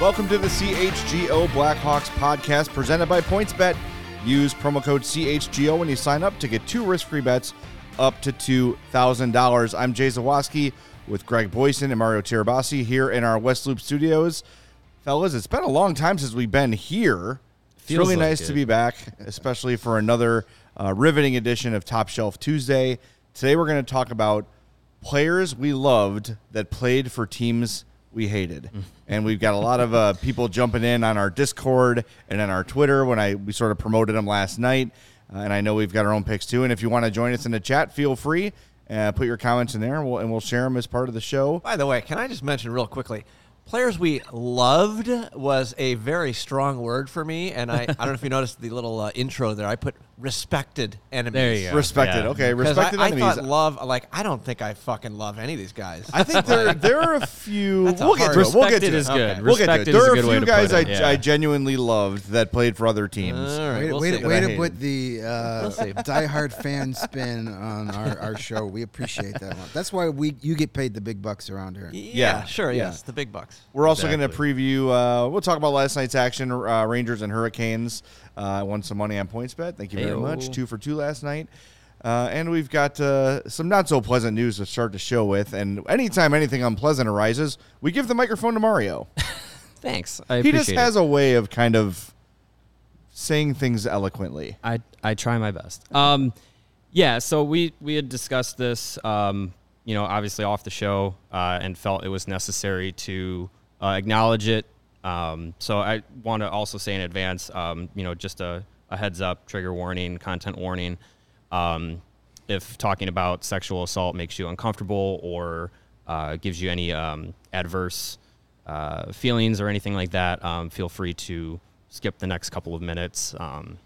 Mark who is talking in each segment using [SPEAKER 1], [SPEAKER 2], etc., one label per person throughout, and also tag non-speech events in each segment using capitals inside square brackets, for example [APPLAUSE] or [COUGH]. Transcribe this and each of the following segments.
[SPEAKER 1] Welcome to the CHGO Blackhawks podcast presented by PointsBet. Use promo code CHGO when you sign up to get two risk free bets up to $2,000. I'm Jay Zawoski with Greg Boyson and Mario Tirabassi here in our West Loop studios. Fellas, it's been a long time since we've been here. it's
[SPEAKER 2] Feels
[SPEAKER 1] really
[SPEAKER 2] like
[SPEAKER 1] nice to
[SPEAKER 2] it.
[SPEAKER 1] be back, especially for another uh, riveting edition of Top Shelf Tuesday. Today, we're going to talk about players we loved that played for teams we hated.
[SPEAKER 3] Mm.
[SPEAKER 1] and we've got a lot of uh, people jumping in on our Discord and on our Twitter when I we sort of promoted them last night. Uh, and I know we've got our own picks too. And if you want to join us in the chat, feel free. Uh, put your comments in there, and we'll, and we'll share them as part of the show.
[SPEAKER 3] By the way, can I just mention real quickly? Players we loved was a very strong word for me, and I, I don't
[SPEAKER 1] [LAUGHS]
[SPEAKER 3] know if you noticed the little uh, intro there. I put respected enemies.
[SPEAKER 2] There you go.
[SPEAKER 1] Respected,
[SPEAKER 2] Yeah.
[SPEAKER 1] okay,
[SPEAKER 3] Because
[SPEAKER 1] respected
[SPEAKER 3] I, I
[SPEAKER 1] enemies.
[SPEAKER 3] thought love, like I don't think I fucking love any of these guys.
[SPEAKER 1] I think there there are a few.
[SPEAKER 3] [LAUGHS] That's a
[SPEAKER 1] we'll get
[SPEAKER 3] hard
[SPEAKER 1] to it. We'll get
[SPEAKER 2] Respected
[SPEAKER 1] to
[SPEAKER 2] is
[SPEAKER 1] it.
[SPEAKER 2] good.
[SPEAKER 3] Okay.
[SPEAKER 1] We'll get to it.
[SPEAKER 2] Respected
[SPEAKER 1] There
[SPEAKER 2] is a
[SPEAKER 1] are
[SPEAKER 2] good
[SPEAKER 1] a
[SPEAKER 2] way
[SPEAKER 1] few
[SPEAKER 2] to
[SPEAKER 1] guys
[SPEAKER 2] put
[SPEAKER 1] I,
[SPEAKER 2] it. Yeah.
[SPEAKER 1] I genuinely loved that played for other teams.
[SPEAKER 3] [LAUGHS] All right,
[SPEAKER 4] Way, to-
[SPEAKER 3] we'll
[SPEAKER 4] way,
[SPEAKER 3] see.
[SPEAKER 4] to- way
[SPEAKER 1] I
[SPEAKER 4] to
[SPEAKER 1] hate.
[SPEAKER 4] put the uh,
[SPEAKER 3] see.
[SPEAKER 4] diehard fan spin on our, our show. We appreciate that one. That's why we you get paid the big bucks around here.
[SPEAKER 3] yeah,
[SPEAKER 1] Yeah.
[SPEAKER 3] sure,
[SPEAKER 1] Yeah.
[SPEAKER 3] yes, the big bucks.
[SPEAKER 1] We're also
[SPEAKER 2] Exactly.
[SPEAKER 1] going to preview. Uh, we'll talk about last night's action: uh, Rangers and Hurricanes. Uh, I won some money on points bet. Thank you very
[SPEAKER 2] Heyo.
[SPEAKER 1] much. Two for two last night. Uh, and we've got uh, some not so pleasant news to start the show with. And anytime anything unpleasant arises, we give the microphone to Mario.
[SPEAKER 2] Thanks. I
[SPEAKER 1] he
[SPEAKER 2] appreciate
[SPEAKER 1] just has a way of kind of saying things eloquently.
[SPEAKER 2] it. I I try my best. Um, yeah. So we we had discussed this, um, you know, obviously off the show, uh, and felt it was necessary to uh, acknowledge it. Um, so I want to also say in advance, um, you know, just a, a heads up, trigger warning, content warning. Um, if talking about sexual assault makes you uncomfortable or uh, gives you any um, adverse uh, feelings or anything like that, um, feel free to skip the next couple of minutes. Um,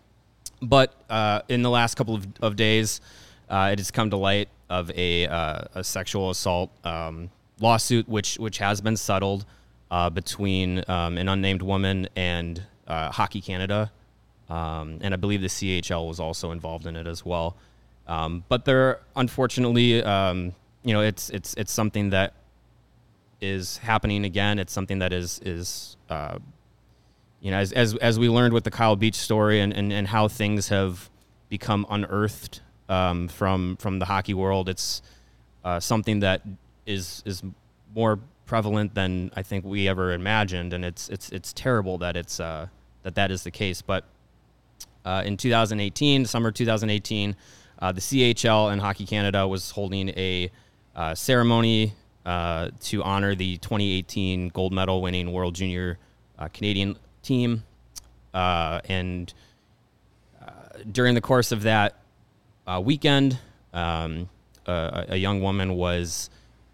[SPEAKER 2] but uh, in the last couple of, of days, uh, it has come to light of a, uh, a sexual assault um, lawsuit, which which has been settled uh, between um, an unnamed woman and uh, Hockey Canada, um, and I believe the CHL was also involved in it as well. Um, but there, unfortunately, um, you know, it's it's it's something that is happening again. It's something that is is uh, you know, as, as, as we learned with the Kyle Beach story and, and, and how things have become unearthed um, from from the hockey world, it's uh, something that is is more prevalent than I think we ever imagined, and it's it's it's terrible that it's uh, that that is the case. But uh, in 2018, summer 2018, uh, the CHL and Hockey Canada was holding a uh, ceremony uh, to honor the 2018 gold medal winning World Junior uh, Canadian team. Uh, and uh, during the course of that uh, weekend, um, a, a young woman was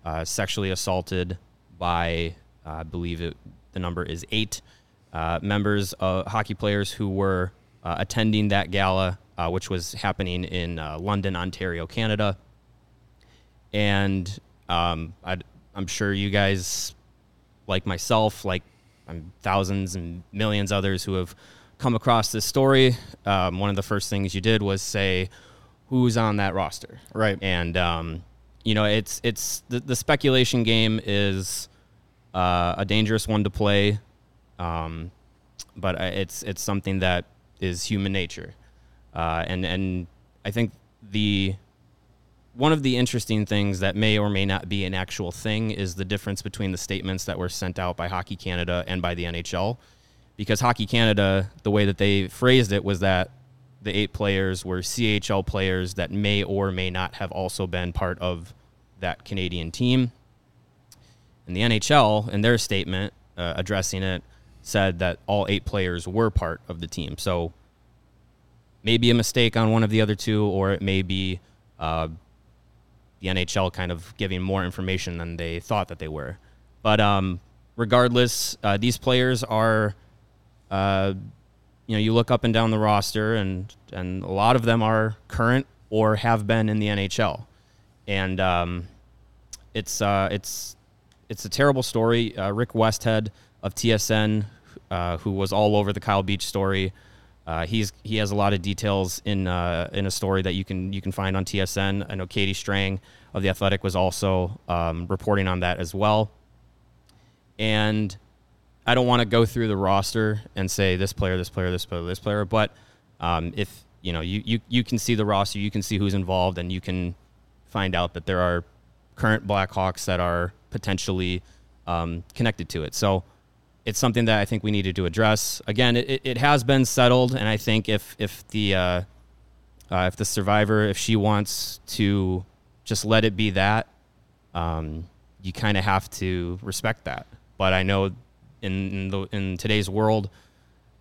[SPEAKER 2] uh, sexually assaulted by, uh, I believe it, the number is eight uh, members, uh, hockey players who were uh, attending that gala, uh, which was happening in uh, London, Ontario, Canada. And um, I'd, I'm sure you guys like myself, like um, thousands and millions others who have come across this story, um, one of the first things you did was say, "Who's on that roster?"
[SPEAKER 1] Right.
[SPEAKER 2] And um, you know, it's it's the, the speculation game is uh, a dangerous one to play, um, but I- it's it's something that is human nature, uh, and and I think the one of the interesting things that may or may not be an actual thing is the difference between the statements that were sent out by Hockey Canada and by the NHL. Because Hockey Canada, the way that they phrased it was that the eight players were CHL players that may or may not have also been part of that Canadian team. And the NHL, in their statement uh, addressing it, said that all eight players were part of the team. So maybe a mistake on one of the other two, or it may be uh, the NHL kind of giving more information than they thought that they were. But um, regardless, uh, these players are, uh, you know, you look up and down the roster, and and a lot of them are current or have been in the NHL, and um, it's uh, it's it's a terrible story. Uh, Rick Westhead of TSN, uh, who was all over the Kyle Beach story, uh, he's he has a lot of details in uh, in a story that you can you can find on TSN. I know Katie Strang of the Athletic was also um, reporting on that as well, and. I don't want to go through the roster and say this player, this player, this player, this player. But um, if you know, you, you you can see the roster, you can see who's involved, and you can find out that there are current Blackhawks that are potentially um, connected to it. So it's something that I think we needed to address. Again, it, it- it has been settled, and I think if if the uh, uh, if the survivor, if she wants to just let it be that, um, you kind of have to respect that. But I know in in, the, in today's world,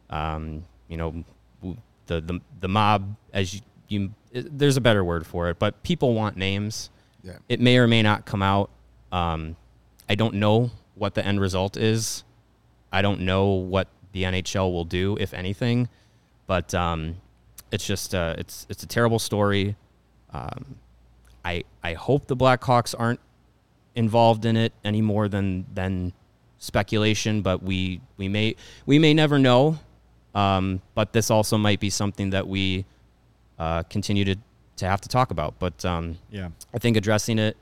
[SPEAKER 2] um, you know, w- the, the the mob as you, you it- there's a better word for it, but people want names.
[SPEAKER 4] Yeah.
[SPEAKER 2] It may or may not come out. Um, I don't know what the end result is. I don't know what the NHL will do, if anything. But um, it's just uh, it's it's a terrible story. Um, I I hope the Blackhawks aren't involved in it any more than than speculation, but we we may we may never know. Um, but this also might be something that we uh, continue to to have to talk about. But um,
[SPEAKER 1] Yeah.
[SPEAKER 2] I think addressing it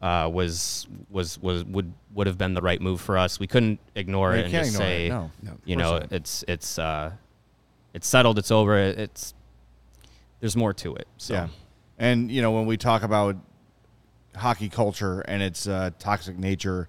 [SPEAKER 2] uh, was was was would would have been the right move for us. We couldn't ignore
[SPEAKER 1] You
[SPEAKER 2] it and
[SPEAKER 1] can't
[SPEAKER 2] just
[SPEAKER 1] ignore it,
[SPEAKER 2] say,
[SPEAKER 1] no.
[SPEAKER 4] No,
[SPEAKER 2] you know, it's it's uh, it's settled, it's over, it's there's more to it. So
[SPEAKER 1] Yeah. And, you know, when we talk about hockey culture and its uh, toxic nature,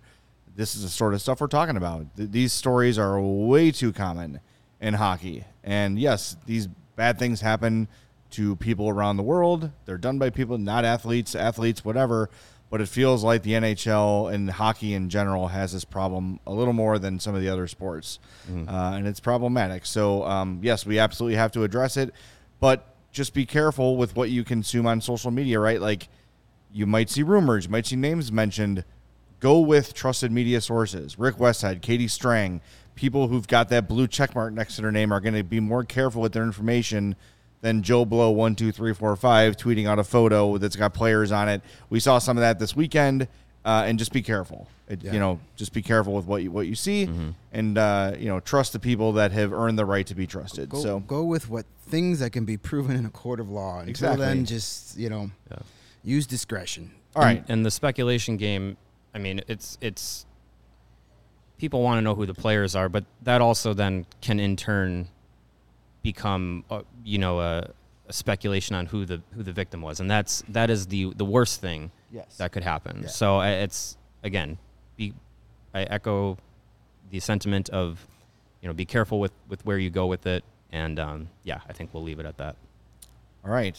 [SPEAKER 1] this is the sort of stuff we're talking about. Th- these stories are way too common in hockey. And yes, these bad things happen to people around the world. They're done by people, not athletes, athletes, whatever. But it feels like the NHL and hockey in general has this problem a little more than some of the other sports. Uh, and it's problematic. So, um, yes, we absolutely have to address it. But just be careful with what you consume on social media, right? Like, you might see rumors, you might see names mentioned. Go with trusted media sources. Rick Westside, Katie Strang, people who've got that blue check mark next to their name are going to be more careful with their information than Joe Blow one two three four five tweeting out a photo that's got players on it. We saw some of that this weekend, uh, and just be careful. It, You know, just be careful with what you what you see, and uh, you know, trust the people that have earned the right to be trusted.
[SPEAKER 4] Go,
[SPEAKER 1] so
[SPEAKER 4] go with what things that can be proven in a court of law. Until
[SPEAKER 1] Exactly.
[SPEAKER 4] then, just you know, use discretion.
[SPEAKER 1] all right,
[SPEAKER 2] And, and the speculation game, I mean, it's it's people want to know who the players are, but that also then can in turn become uh, you know a, a speculation on who the who the victim was, and that's that is the the worst thing
[SPEAKER 1] Yes.
[SPEAKER 2] that could happen. So I- it's again, be, I echo the sentiment of you know be careful with with where you go with it, and um, yeah, I think we'll leave it at that.
[SPEAKER 1] all right.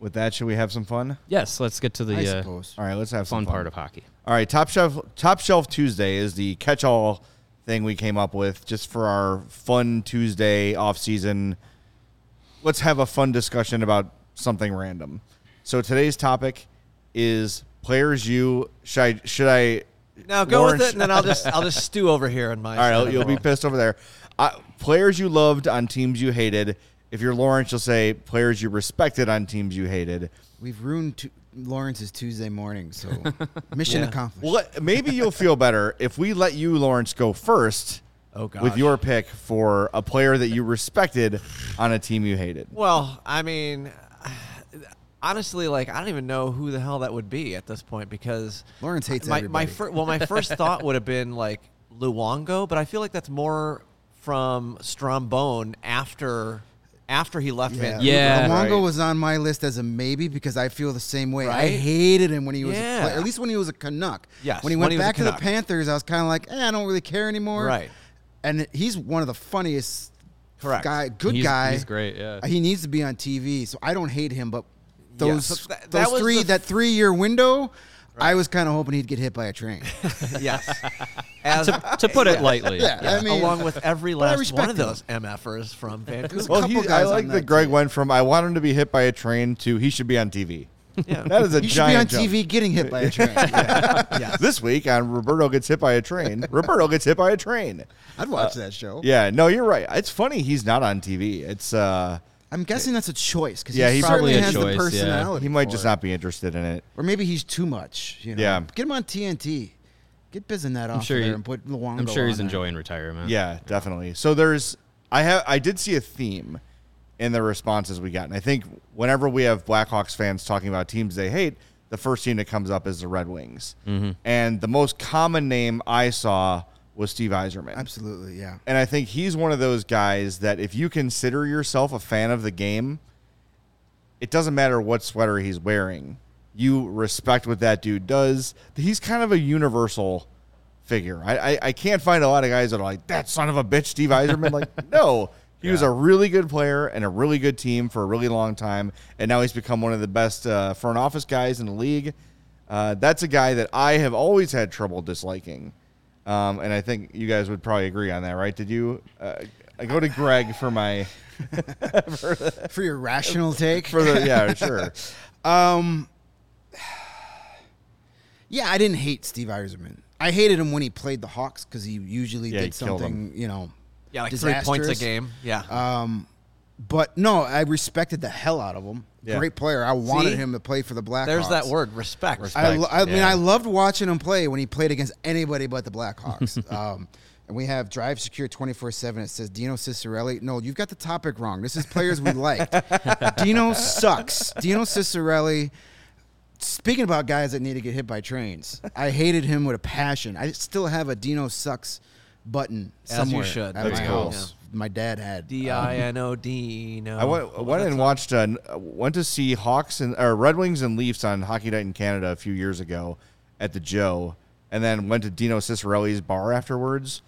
[SPEAKER 1] With that, should we have some fun?
[SPEAKER 2] Yes, let's get to
[SPEAKER 4] I
[SPEAKER 2] the uh,
[SPEAKER 4] suppose.
[SPEAKER 1] All right, let's have
[SPEAKER 2] fun
[SPEAKER 1] some fun
[SPEAKER 2] part of hockey.
[SPEAKER 1] All right, top shelf top shelf Tuesday is the catch all thing we came up with just for our fun Tuesday off season. Let's have a fun discussion about something random. So today's topic is players you should I, should I
[SPEAKER 3] Now go
[SPEAKER 1] Lauren,
[SPEAKER 3] with it, and then I'll just
[SPEAKER 1] [LAUGHS]
[SPEAKER 3] I'll just stew over here on
[SPEAKER 1] all
[SPEAKER 3] my.
[SPEAKER 1] right,
[SPEAKER 3] side of
[SPEAKER 1] you'll
[SPEAKER 3] the
[SPEAKER 1] be
[SPEAKER 3] world.
[SPEAKER 1] pissed over there. Uh, players you loved on teams you hated. If you're Lawrence, you'll say players you respected on teams you hated.
[SPEAKER 4] We've ruined Tu- Lawrence's Tuesday morning, so mission
[SPEAKER 3] Yeah.
[SPEAKER 4] accomplished.
[SPEAKER 1] Well, let- maybe you'll feel better if we let you, Lawrence, go first.
[SPEAKER 3] Oh, gosh.
[SPEAKER 1] With your pick for a player that you respected on a team you hated.
[SPEAKER 3] Well, I mean, honestly, like I don't even know who the hell that would be at this point because
[SPEAKER 4] Lawrence hates
[SPEAKER 3] my my
[SPEAKER 4] everybody.
[SPEAKER 3] fir- well, my first
[SPEAKER 4] [LAUGHS]
[SPEAKER 3] thought would have been like Luongo, but I feel like that's more from Strombone after after he left Van. Vancouver.
[SPEAKER 2] Yeah.
[SPEAKER 4] Luongo
[SPEAKER 1] Right.
[SPEAKER 4] was on my list as a maybe because I feel the same way. I
[SPEAKER 3] Right?
[SPEAKER 4] hated him when he was
[SPEAKER 3] Yeah.
[SPEAKER 4] a player, at least when he was a Canuck.
[SPEAKER 3] Yes,
[SPEAKER 4] When he
[SPEAKER 3] when
[SPEAKER 4] went
[SPEAKER 3] he was a
[SPEAKER 4] back to the
[SPEAKER 3] Canuck.
[SPEAKER 4] Panthers, I was kind of like, eh, I don't really care anymore.
[SPEAKER 3] Right.
[SPEAKER 4] And he's one of the funniest
[SPEAKER 3] Correct.
[SPEAKER 4] guy, good
[SPEAKER 2] He's-
[SPEAKER 4] guy.
[SPEAKER 2] he's great, yeah.
[SPEAKER 4] He needs to be on TV, so I don't hate him, but those
[SPEAKER 3] so th- that
[SPEAKER 4] those
[SPEAKER 3] was
[SPEAKER 4] three
[SPEAKER 3] the-
[SPEAKER 4] that 3-year window, I was kind of hoping he'd get hit by
[SPEAKER 2] [LAUGHS]
[SPEAKER 4] a train.
[SPEAKER 3] [LAUGHS] yes. As,
[SPEAKER 2] To put it lightly,
[SPEAKER 4] [LAUGHS] yeah, I mean
[SPEAKER 3] along with every
[SPEAKER 4] but I
[SPEAKER 3] last one of
[SPEAKER 4] respect him.
[SPEAKER 3] those MFers from
[SPEAKER 4] [LAUGHS] There's a
[SPEAKER 3] Vancouver.
[SPEAKER 1] Well,
[SPEAKER 4] couple
[SPEAKER 1] he, I
[SPEAKER 4] guys
[SPEAKER 1] like
[SPEAKER 4] on
[SPEAKER 1] that,
[SPEAKER 4] that
[SPEAKER 1] Greg
[SPEAKER 4] team.
[SPEAKER 1] went from I want him to be hit by a train to he should be on TV.
[SPEAKER 3] Yeah.
[SPEAKER 1] [LAUGHS] That is a
[SPEAKER 4] You should be on
[SPEAKER 1] giant jump.
[SPEAKER 4] TV getting hit by
[SPEAKER 3] [LAUGHS]
[SPEAKER 4] a train.
[SPEAKER 3] yes.
[SPEAKER 1] This week on Roberto gets hit by a train. [LAUGHS] Roberto gets hit by a train.
[SPEAKER 4] I'd watch that show.
[SPEAKER 1] Yeah, no, you're right. It's funny he's not on TV. It's uh,
[SPEAKER 4] I'm guessing that's a choice because
[SPEAKER 1] Yeah,
[SPEAKER 4] he,
[SPEAKER 1] he's
[SPEAKER 4] probably
[SPEAKER 1] probably a
[SPEAKER 4] has
[SPEAKER 2] choice,
[SPEAKER 4] the
[SPEAKER 2] yeah.
[SPEAKER 4] personality.
[SPEAKER 1] he might
[SPEAKER 4] Oh, for
[SPEAKER 1] just
[SPEAKER 4] it.
[SPEAKER 1] not be interested in it.
[SPEAKER 4] or maybe he's too much. You know?
[SPEAKER 1] Yeah.
[SPEAKER 4] get him on TNT. Get Bizen that off
[SPEAKER 2] I'm sure.
[SPEAKER 4] there
[SPEAKER 2] He,
[SPEAKER 4] and put Luongo.
[SPEAKER 2] I'm sure he's
[SPEAKER 4] on there.
[SPEAKER 2] enjoying retirement.
[SPEAKER 1] Yeah, definitely. So there's I have I did see a theme in the responses we got, and I think whenever we have Blackhawks fans talking about teams they hate, the first team that comes up is the Red Wings, and the most common name I saw was Steve Eiserman.
[SPEAKER 4] Absolutely, yeah.
[SPEAKER 1] And I think he's one of those guys that if you consider yourself a fan of the game, it doesn't matter what sweater he's wearing. You respect what that dude does. He's kind of a universal figure. I, I, I can't find a lot of guys that are like, that son of a bitch, Steve Eiserman. like, [LAUGHS] no. He was a really good player and a really good team for a really long time. And now he's become one of the best uh, front office guys in the league. Uh, that's a guy that I have always had trouble disliking. Um, and I think you guys would probably agree on that, right? Did you? Uh, I go to Greg for my
[SPEAKER 4] For your rational
[SPEAKER 1] [LAUGHS]
[SPEAKER 4] take.
[SPEAKER 1] for the yeah sure.
[SPEAKER 4] Um, yeah, I didn't hate Steve Eiserman. I hated him when he played the Hawks because he usually
[SPEAKER 1] Yeah,
[SPEAKER 4] did
[SPEAKER 1] he killed
[SPEAKER 4] something, you know,
[SPEAKER 3] Yeah, like three points a
[SPEAKER 4] disastrous.
[SPEAKER 3] game. Yeah.
[SPEAKER 4] Um, but no, I respected the hell out of him.
[SPEAKER 1] Yeah.
[SPEAKER 4] Great player. I wanted
[SPEAKER 3] See?
[SPEAKER 4] him to play for the Blackhawks.
[SPEAKER 3] There's that word, respect.
[SPEAKER 4] I, lo- I mean,
[SPEAKER 2] yeah.
[SPEAKER 4] I loved watching him play when he played against anybody but the Blackhawks. um, and we have Drive Secure 24 7. It says Dino Cicerelli. No, you've got the topic wrong. This is players we liked. Dino sucks. Dino Cicerelli. Speaking about guys that need to get hit by trains, I hated him with a passion. I still have a Dino sucks button
[SPEAKER 3] As you
[SPEAKER 4] somewhere
[SPEAKER 3] should.
[SPEAKER 4] at
[SPEAKER 3] That's
[SPEAKER 4] my
[SPEAKER 1] cool.
[SPEAKER 4] house. My dad had.
[SPEAKER 3] D I N O D. E, No.
[SPEAKER 1] I went, went and watched uh, went to see Hawks and or Red Wings and Leafs on Hockey Night in Canada a few years ago at the Joe, and then went to Dino Cicerelli's bar afterwards.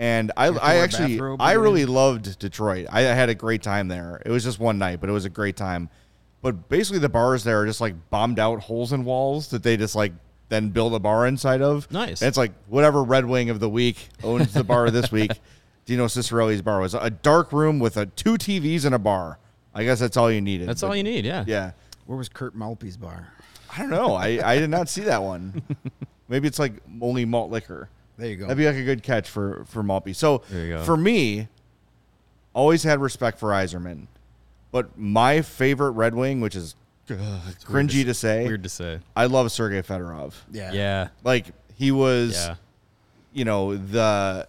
[SPEAKER 1] And I, I
[SPEAKER 4] wear a
[SPEAKER 1] actually
[SPEAKER 4] bathrobe
[SPEAKER 1] I
[SPEAKER 4] and-
[SPEAKER 1] really loved Detroit. I had a great time there. It was just one night, but it was a great time. But basically, the bars there are just like bombed out holes in walls that they just like then build a bar inside of.
[SPEAKER 2] Nice.
[SPEAKER 1] And it's like whatever Red Wing of the week owns the bar this
[SPEAKER 2] [LAUGHS]
[SPEAKER 1] week. Dino Cicerelli's bar was a dark room with a, two TVs and a bar. I guess that's all you needed.
[SPEAKER 2] That's all you need. Yeah.
[SPEAKER 1] Yeah.
[SPEAKER 4] Where was Kurt Malpe's bar?
[SPEAKER 1] I don't know. I, I did not see that
[SPEAKER 2] [LAUGHS]
[SPEAKER 1] one. Maybe it's like only malt liquor.
[SPEAKER 4] There you go.
[SPEAKER 1] That'd be like a good catch for for Maltby. So
[SPEAKER 2] There you go.
[SPEAKER 1] for me, always had respect for Iserman, but my favorite Red Wing, which is cringy to say,
[SPEAKER 2] Weird to say.
[SPEAKER 1] I love Sergei Fedorov.
[SPEAKER 4] Yeah.
[SPEAKER 2] Yeah.
[SPEAKER 1] Like he was,
[SPEAKER 2] Yeah.
[SPEAKER 1] you know, the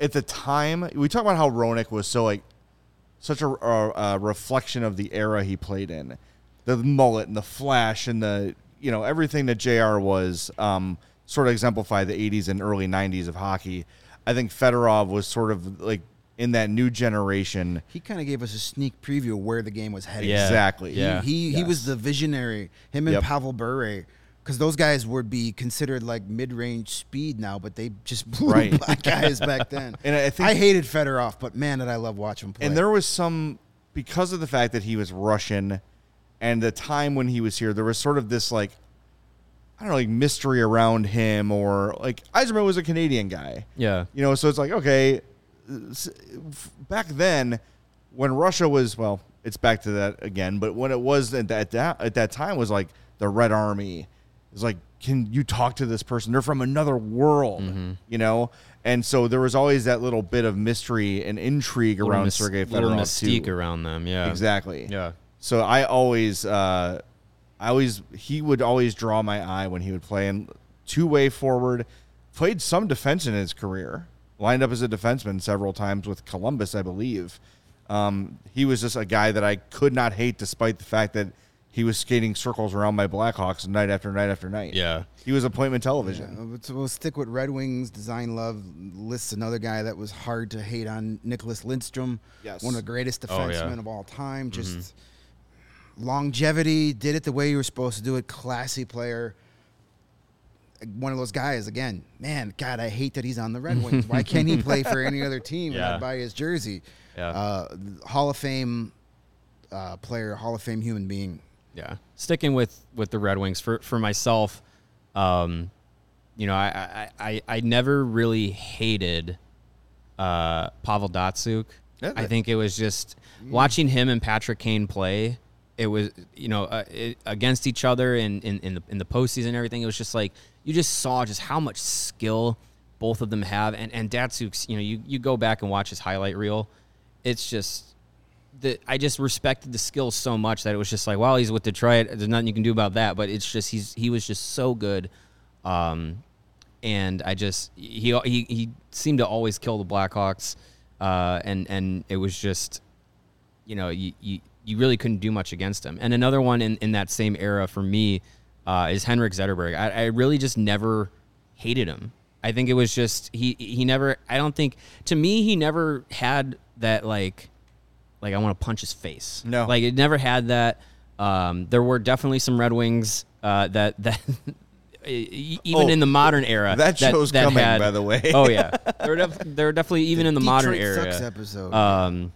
[SPEAKER 1] at the time we talk about how Ronick was so like such a, a, a reflection of the era he played in, the mullet and the flash and the you know everything that Jr. was um, sort of exemplified the '80s and early '90s of hockey. I think Fedorov was sort of like in that new generation.
[SPEAKER 4] He kind of gave us a sneak preview of where the game was headed.
[SPEAKER 2] Yeah.
[SPEAKER 1] Exactly.
[SPEAKER 4] He-
[SPEAKER 2] Yeah.
[SPEAKER 4] He he was the visionary. Him and
[SPEAKER 1] Yep.
[SPEAKER 4] Pavel Bure, because those guys would be considered like mid-range speed now, but they just blew [LAUGHS]
[SPEAKER 1] Right.
[SPEAKER 4] by guys back then.
[SPEAKER 1] And I think-
[SPEAKER 4] I hated Fedorov, but man, did I love watching him play.
[SPEAKER 1] And there was some because of the fact that he was Russian and the time when he was here, there was sort of this like I don't know, like mystery around him or like Eisenman was a Canadian guy.
[SPEAKER 2] Yeah.
[SPEAKER 1] You know, so it's like, okay, s- f- back then when Russia was, well, it's back to that again, but when it was at that, that at that time was like the Red Army. It's like, can you talk to this person? They're from another world,
[SPEAKER 2] Mm-hmm.
[SPEAKER 1] you know? And so there was always that little bit of mystery and intrigue
[SPEAKER 2] Little
[SPEAKER 1] around
[SPEAKER 2] mys-
[SPEAKER 1] Sergei
[SPEAKER 2] little
[SPEAKER 1] Fedorov
[SPEAKER 2] mystique
[SPEAKER 1] too.
[SPEAKER 2] around them. Yeah.
[SPEAKER 1] Exactly.
[SPEAKER 2] Yeah.
[SPEAKER 1] So I always, uh, I always, he would always draw my eye when he would play and two way forward. Played some defense in his career. Lined up as a defenseman several times with Columbus, I believe. Um, he was just a guy that I could not hate, despite the fact that he was skating circles around my Blackhawks night after night after night.
[SPEAKER 2] Yeah.
[SPEAKER 1] he was appointment television.
[SPEAKER 4] Uh, but so we'll stick with Red Wings. Design Love lists another guy that was hard to hate on Nicholas Lindstrom.
[SPEAKER 1] Yes.
[SPEAKER 4] One of the greatest
[SPEAKER 2] Oh, yeah. Mm-hmm.
[SPEAKER 4] defensemen of all time. Just longevity, did it the way you were supposed to do it. Classy player. One of those guys, again, man, God, I hate that he's on the Red Wings.
[SPEAKER 2] [LAUGHS]
[SPEAKER 4] Why can't he play for any other team and
[SPEAKER 2] Yeah.
[SPEAKER 4] I'd buy his jersey?
[SPEAKER 2] Yeah.
[SPEAKER 4] Uh, Hall of Fame uh, player, Hall of Fame human being.
[SPEAKER 2] Yeah. Sticking with with the Red Wings for for myself, um, you know, I I, I, I never really hated uh, Pavel Datsuk.
[SPEAKER 1] Yeah,
[SPEAKER 2] I
[SPEAKER 1] that- Mm.
[SPEAKER 2] think it was just watching him and Patrick Kane play. It was you know uh, it, against each other in, in in the in the postseason and everything. It was just like you just saw just how much skill both of them have, and and Datsuk's you know you you go back and watch his highlight reel, it's just the I just respected the skills so much that it was just like, well, he's with Detroit. There's nothing you can do about that. But it's just he's he was just so good, um, and I just he he he seemed to always kill the Blackhawks, uh, and and it was just, you know, you, you you really couldn't do much against him. And another one in in that same era for me uh, is Henrik Zetterberg. I, I really just never hated him. I I think it was just he he never. I don't think to me he never had that like like I want to punch his face.
[SPEAKER 1] No.
[SPEAKER 2] like it never had that. Um, there were definitely some Red Wings uh, that [LAUGHS] that. e- Even
[SPEAKER 1] Oh,
[SPEAKER 2] in the modern era,
[SPEAKER 1] that show's coming, by the way. [LAUGHS]
[SPEAKER 2] Oh yeah, there were, def- there were definitely even in the modern
[SPEAKER 4] Detroit
[SPEAKER 2] era.
[SPEAKER 4] Sucks episode.
[SPEAKER 2] Um,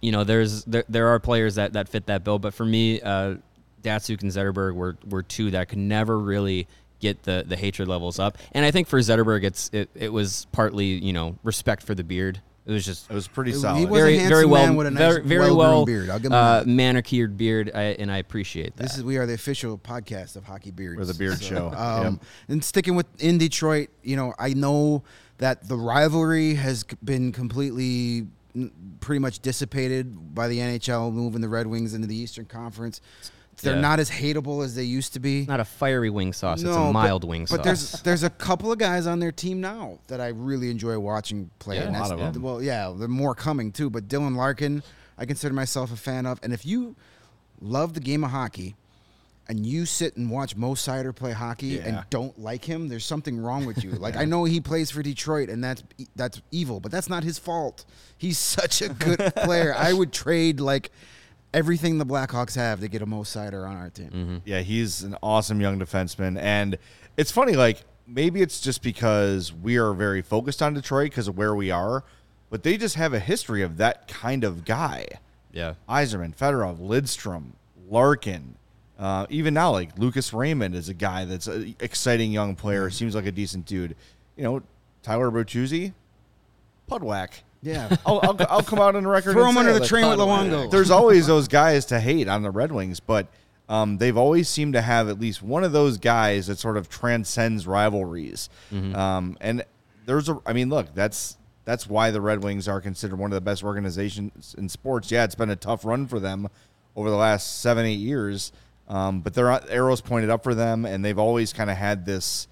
[SPEAKER 2] you know, there's there, there are players that, that fit that bill, but for me, uh, Datsuk and Zetterberg were were two that could never really get the, the hatred levels up. And I think for Zetterberg, it's it, it was partly you know respect for the beard. It was just
[SPEAKER 1] It was pretty
[SPEAKER 4] He
[SPEAKER 1] solid.
[SPEAKER 4] was- a
[SPEAKER 2] very
[SPEAKER 4] handsome
[SPEAKER 2] very well
[SPEAKER 4] man with a nice,
[SPEAKER 2] very, very
[SPEAKER 4] well-groomed
[SPEAKER 2] well
[SPEAKER 4] beard. I'll give him
[SPEAKER 2] uh,
[SPEAKER 4] that.
[SPEAKER 2] manicured beard, I, and I appreciate that.
[SPEAKER 4] This is we are the official podcast of Hockey Beards.
[SPEAKER 1] We're the
[SPEAKER 4] [LAUGHS]
[SPEAKER 1] beard show.
[SPEAKER 4] Um,
[SPEAKER 1] [LAUGHS] Yep.
[SPEAKER 4] And sticking with in Detroit, you know, I know that the rivalry has c- been completely, n- pretty much dissipated by the NHL moving the Red Wings into the Eastern Conference. They're
[SPEAKER 2] Yeah.
[SPEAKER 4] not as hateable as they used to be.
[SPEAKER 2] not a fiery wing sauce. it's
[SPEAKER 4] No,
[SPEAKER 2] a
[SPEAKER 4] but-
[SPEAKER 2] mild wing sauce.
[SPEAKER 4] But there's there's a couple of guys on their team now that I really enjoy watching play.
[SPEAKER 2] Yeah,
[SPEAKER 4] and
[SPEAKER 2] a lot
[SPEAKER 4] that's-
[SPEAKER 2] of 'em.
[SPEAKER 4] Well, yeah, there are more coming too. But Dylan Larkin, I consider myself a fan of. And if you love the game of hockey and you sit and watch Mo Sider play hockey
[SPEAKER 1] Yeah.
[SPEAKER 4] and don't like him, there's something
[SPEAKER 2] [LAUGHS]
[SPEAKER 4] wrong with you. Like I know he plays for Detroit and that's e- that's evil, but that's not his fault. He's [LAUGHS] such a good
[SPEAKER 2] [LAUGHS]
[SPEAKER 4] player. I would trade like everything the Blackhawks have to get a Mo Sider on our team.
[SPEAKER 2] Mm-hmm.
[SPEAKER 1] Yeah, he's an awesome young defenseman. And it's funny, like, maybe it's just because we are very focused on Detroit because of where we are, but they just have a history of that kind of guy.
[SPEAKER 2] yeah.
[SPEAKER 1] Iserman, Fedorov, Lidstrom, Larkin. Uh, even now, like Lucas Raymond is a guy that's an exciting young player.
[SPEAKER 4] Mm-hmm.
[SPEAKER 1] Seems like a decent dude. You know, Tyler Bertuzzi, Pudwack.
[SPEAKER 4] [LAUGHS] Yeah.
[SPEAKER 2] [LAUGHS]
[SPEAKER 1] I'll, I'll, I'll come out on the record.
[SPEAKER 4] Throw
[SPEAKER 1] and
[SPEAKER 4] him
[SPEAKER 1] say
[SPEAKER 4] under
[SPEAKER 1] it,
[SPEAKER 4] the
[SPEAKER 1] like,
[SPEAKER 4] train with
[SPEAKER 2] Conway.
[SPEAKER 4] Luongo.
[SPEAKER 1] there's always those guys to hate on the Red Wings, but um, they've always seemed to have at least one of those guys that sort of transcends rivalries. Um, and there's a, I mean, look, that's that's why the Red Wings are considered one of the best organizations in sports. Yeah, it's been a tough run for them over the last seven eight years, um, but their arrows pointed up for them, and they've always kind of had this.